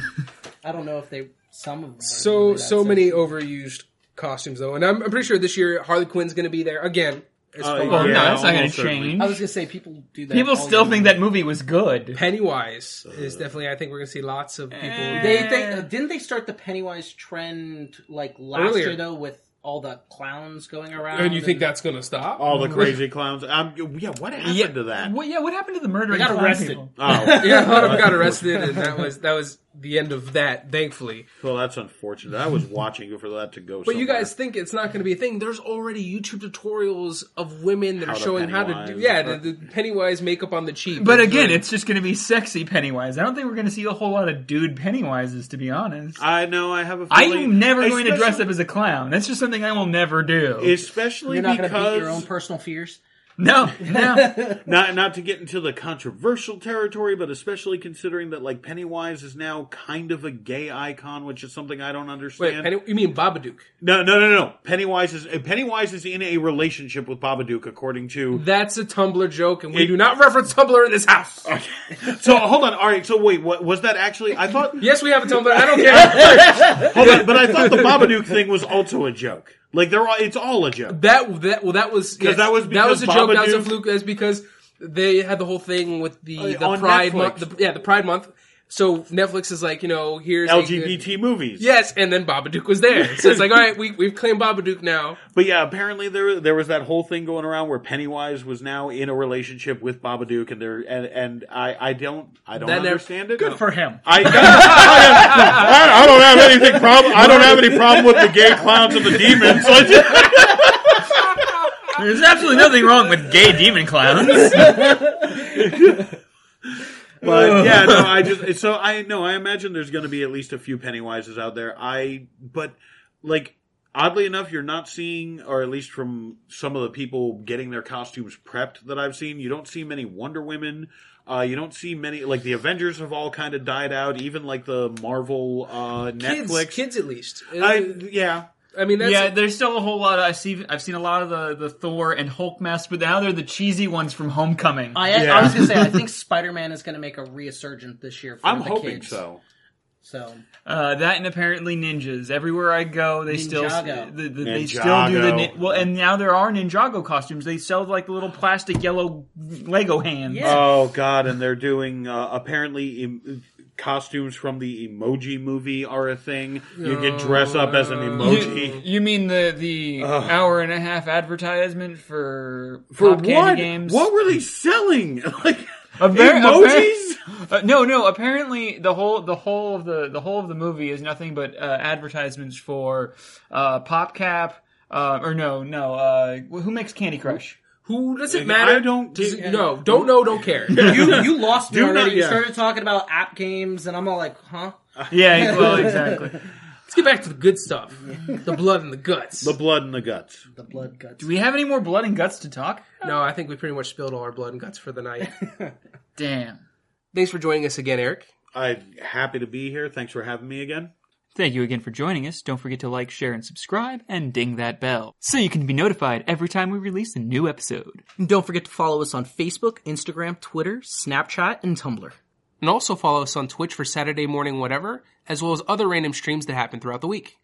S2: I don't know if they some of them. are really
S1: So
S2: that
S1: so
S2: sexy.
S1: many overused costumes though, and I'm, I'm pretty sure this year Harley Quinn's going to be there again. As far
S4: Uh,
S3: Well,
S1: as
S3: Oh, no,
S4: Yeah,
S3: that's not going
S4: almost
S3: to change.
S2: I was gonna say people do that.
S3: People
S2: all
S3: still
S2: the
S3: think
S2: time.
S3: that movie was good.
S1: Pennywise is definitely. I think we're going to see lots of people.
S3: Eh.
S2: they they uh, didn't they start the Pennywise trend like last
S1: Earlier.
S2: year though with all the clowns going around.
S1: and you think that's going to stop?
S4: All the crazy clowns. Um, yeah, what happened to that?
S3: What, yeah, what happened to the murder?
S2: They got arrested.
S4: Oh,
S1: yeah, a lot of them got arrested, and that was that was the end of that. Thankfully,
S4: well, that's unfortunate. I was watching for that to go.
S1: But you guys think it's not going to be a thing? There's already YouTube tutorials of women that
S4: How
S1: are
S4: to
S1: showing how to do
S4: Pennywise.
S1: yeah the, the Pennywise makeup on the cheap.
S3: But again, it's just going to be sexy Pennywise. I don't think we're going to see a whole lot of dude Pennywises, to be honest.
S4: I know. I have a.
S3: I
S4: feeling-
S3: am never going to dress
S4: especially-
S3: up as a clown. That's just something I will never do.
S4: Especially
S2: you're not gonna beat your own
S4: because
S2: personal fears.
S3: no, no.
S4: not not to get into the controversial territory, but especially considering that like Pennywise is now kind of a gay icon, which is something I don't
S1: wait,
S4: understand.
S1: Penny, you mean Babadook?
S4: no, no, no, no. Pennywise is Pennywise is in a relationship with Babadook, according to.
S1: That's a Tumblr joke, and we
S4: It-
S1: do not reference Tumblr in this house.
S4: So hold on. All right. So wait, what was that actually? I thought.
S1: Yes, we have a Tumblr. I don't care.
S4: Hold on, but I thought the Babadook thing was also a joke. Like they're all, it's all a joke.
S1: that that well, that was yes,
S4: that was
S1: that was a
S4: because
S1: joke. That was a
S4: Babadook- Oh,
S1: fluke. That's because they had the whole thing with the the
S4: on
S1: Pride
S4: Netflix.
S1: month. The, yeah, the Pride month. So Netflix is like, you know, here's a good-
S4: LGBT movies.
S1: Yes, and then Babadook was there. So it's like, all right, we, we've claimed Babadook now.
S4: But yeah, apparently there there was that whole thing going around where Pennywise was now in a relationship with Babadook, and there and, and I I don't I don't
S1: That never-
S4: understand it.
S2: for him.
S4: I, I, I don't have anything problem. I don't have any problem with the gay clowns and the demons. I just-
S3: There's absolutely nothing wrong with gay demon clowns.
S4: but yeah, no, I just so I no, I imagine there's going to be at least a few Pennywises out there. I but like oddly enough, you're not seeing, or at least from some of the people getting their costumes prepped that I've seen, you don't see many Wonder Women. Uh, you don't see many like the Avengers have all kind of died out. Even like the Marvel uh,
S1: Kids,
S4: Netflix.
S1: kids at least. Uh,
S4: I
S1: I,
S4: yeah.
S1: mean, that's
S3: yeah, there's still a whole lot. Of, I've seen I've seen a lot of the the Thor and Hulk masks, but now they're the cheesy ones from Homecoming.
S2: I, I
S4: Yeah.
S2: was gonna say I think Spider Man is gonna make a resurgence this year. For
S4: I'm
S2: the
S4: hoping
S2: kids.
S4: so.
S2: So
S3: Uh, that and apparently ninjas. Everywhere I go, they still
S2: Ninjago.
S3: the, the, they still do the
S4: Ninjago.
S3: nin- well. And now there are Ninjago costumes. They sell like the little plastic yellow Lego hands.
S2: Yeah.
S4: Oh God! And they're doing uh, apparently em- costumes from the Emoji movie are a thing. You can dress up as an emoji.
S3: mean the the
S4: Ugh.
S3: hour and a half advertisement for
S4: For what? What were they selling? Like
S3: very-
S4: emojis?
S3: Uh, no, no. Apparently, the whole the whole of the the whole of the movie is nothing but uh, advertisements for uh, PopCap. Uh, or no, no. Uh, who makes Candy Crush?
S1: who does it
S4: I
S1: matter?
S4: don't
S1: Does it-
S4: get-
S1: no, don't know, don't care.
S2: you you lost me
S4: Do
S2: already.
S4: not-
S2: You
S4: yeah.
S2: started talking about app games, and I'm all like, huh?
S3: Yeah, well, exactly.
S1: Let's get back to the good stuff, the blood and the guts.
S4: The blood and the guts.
S2: The blood guts.
S3: Do we have any more blood and guts to talk?
S1: no, I think we pretty much spilled all our blood and guts for the night.
S3: Damn.
S1: Thanks for joining us again, Eric.
S4: I'm happy to be here. Thanks for having me again.
S3: Thank you again for joining us. Don't forget to like, share, and subscribe, and ding that bell so you can be notified every time we release a new episode.
S2: And don't forget to follow us on Facebook, Instagram, Twitter, Snapchat, and Tumblr.
S1: And also follow us on Twitch for Saturday morning whatever, as well as other random streams that happen throughout the week.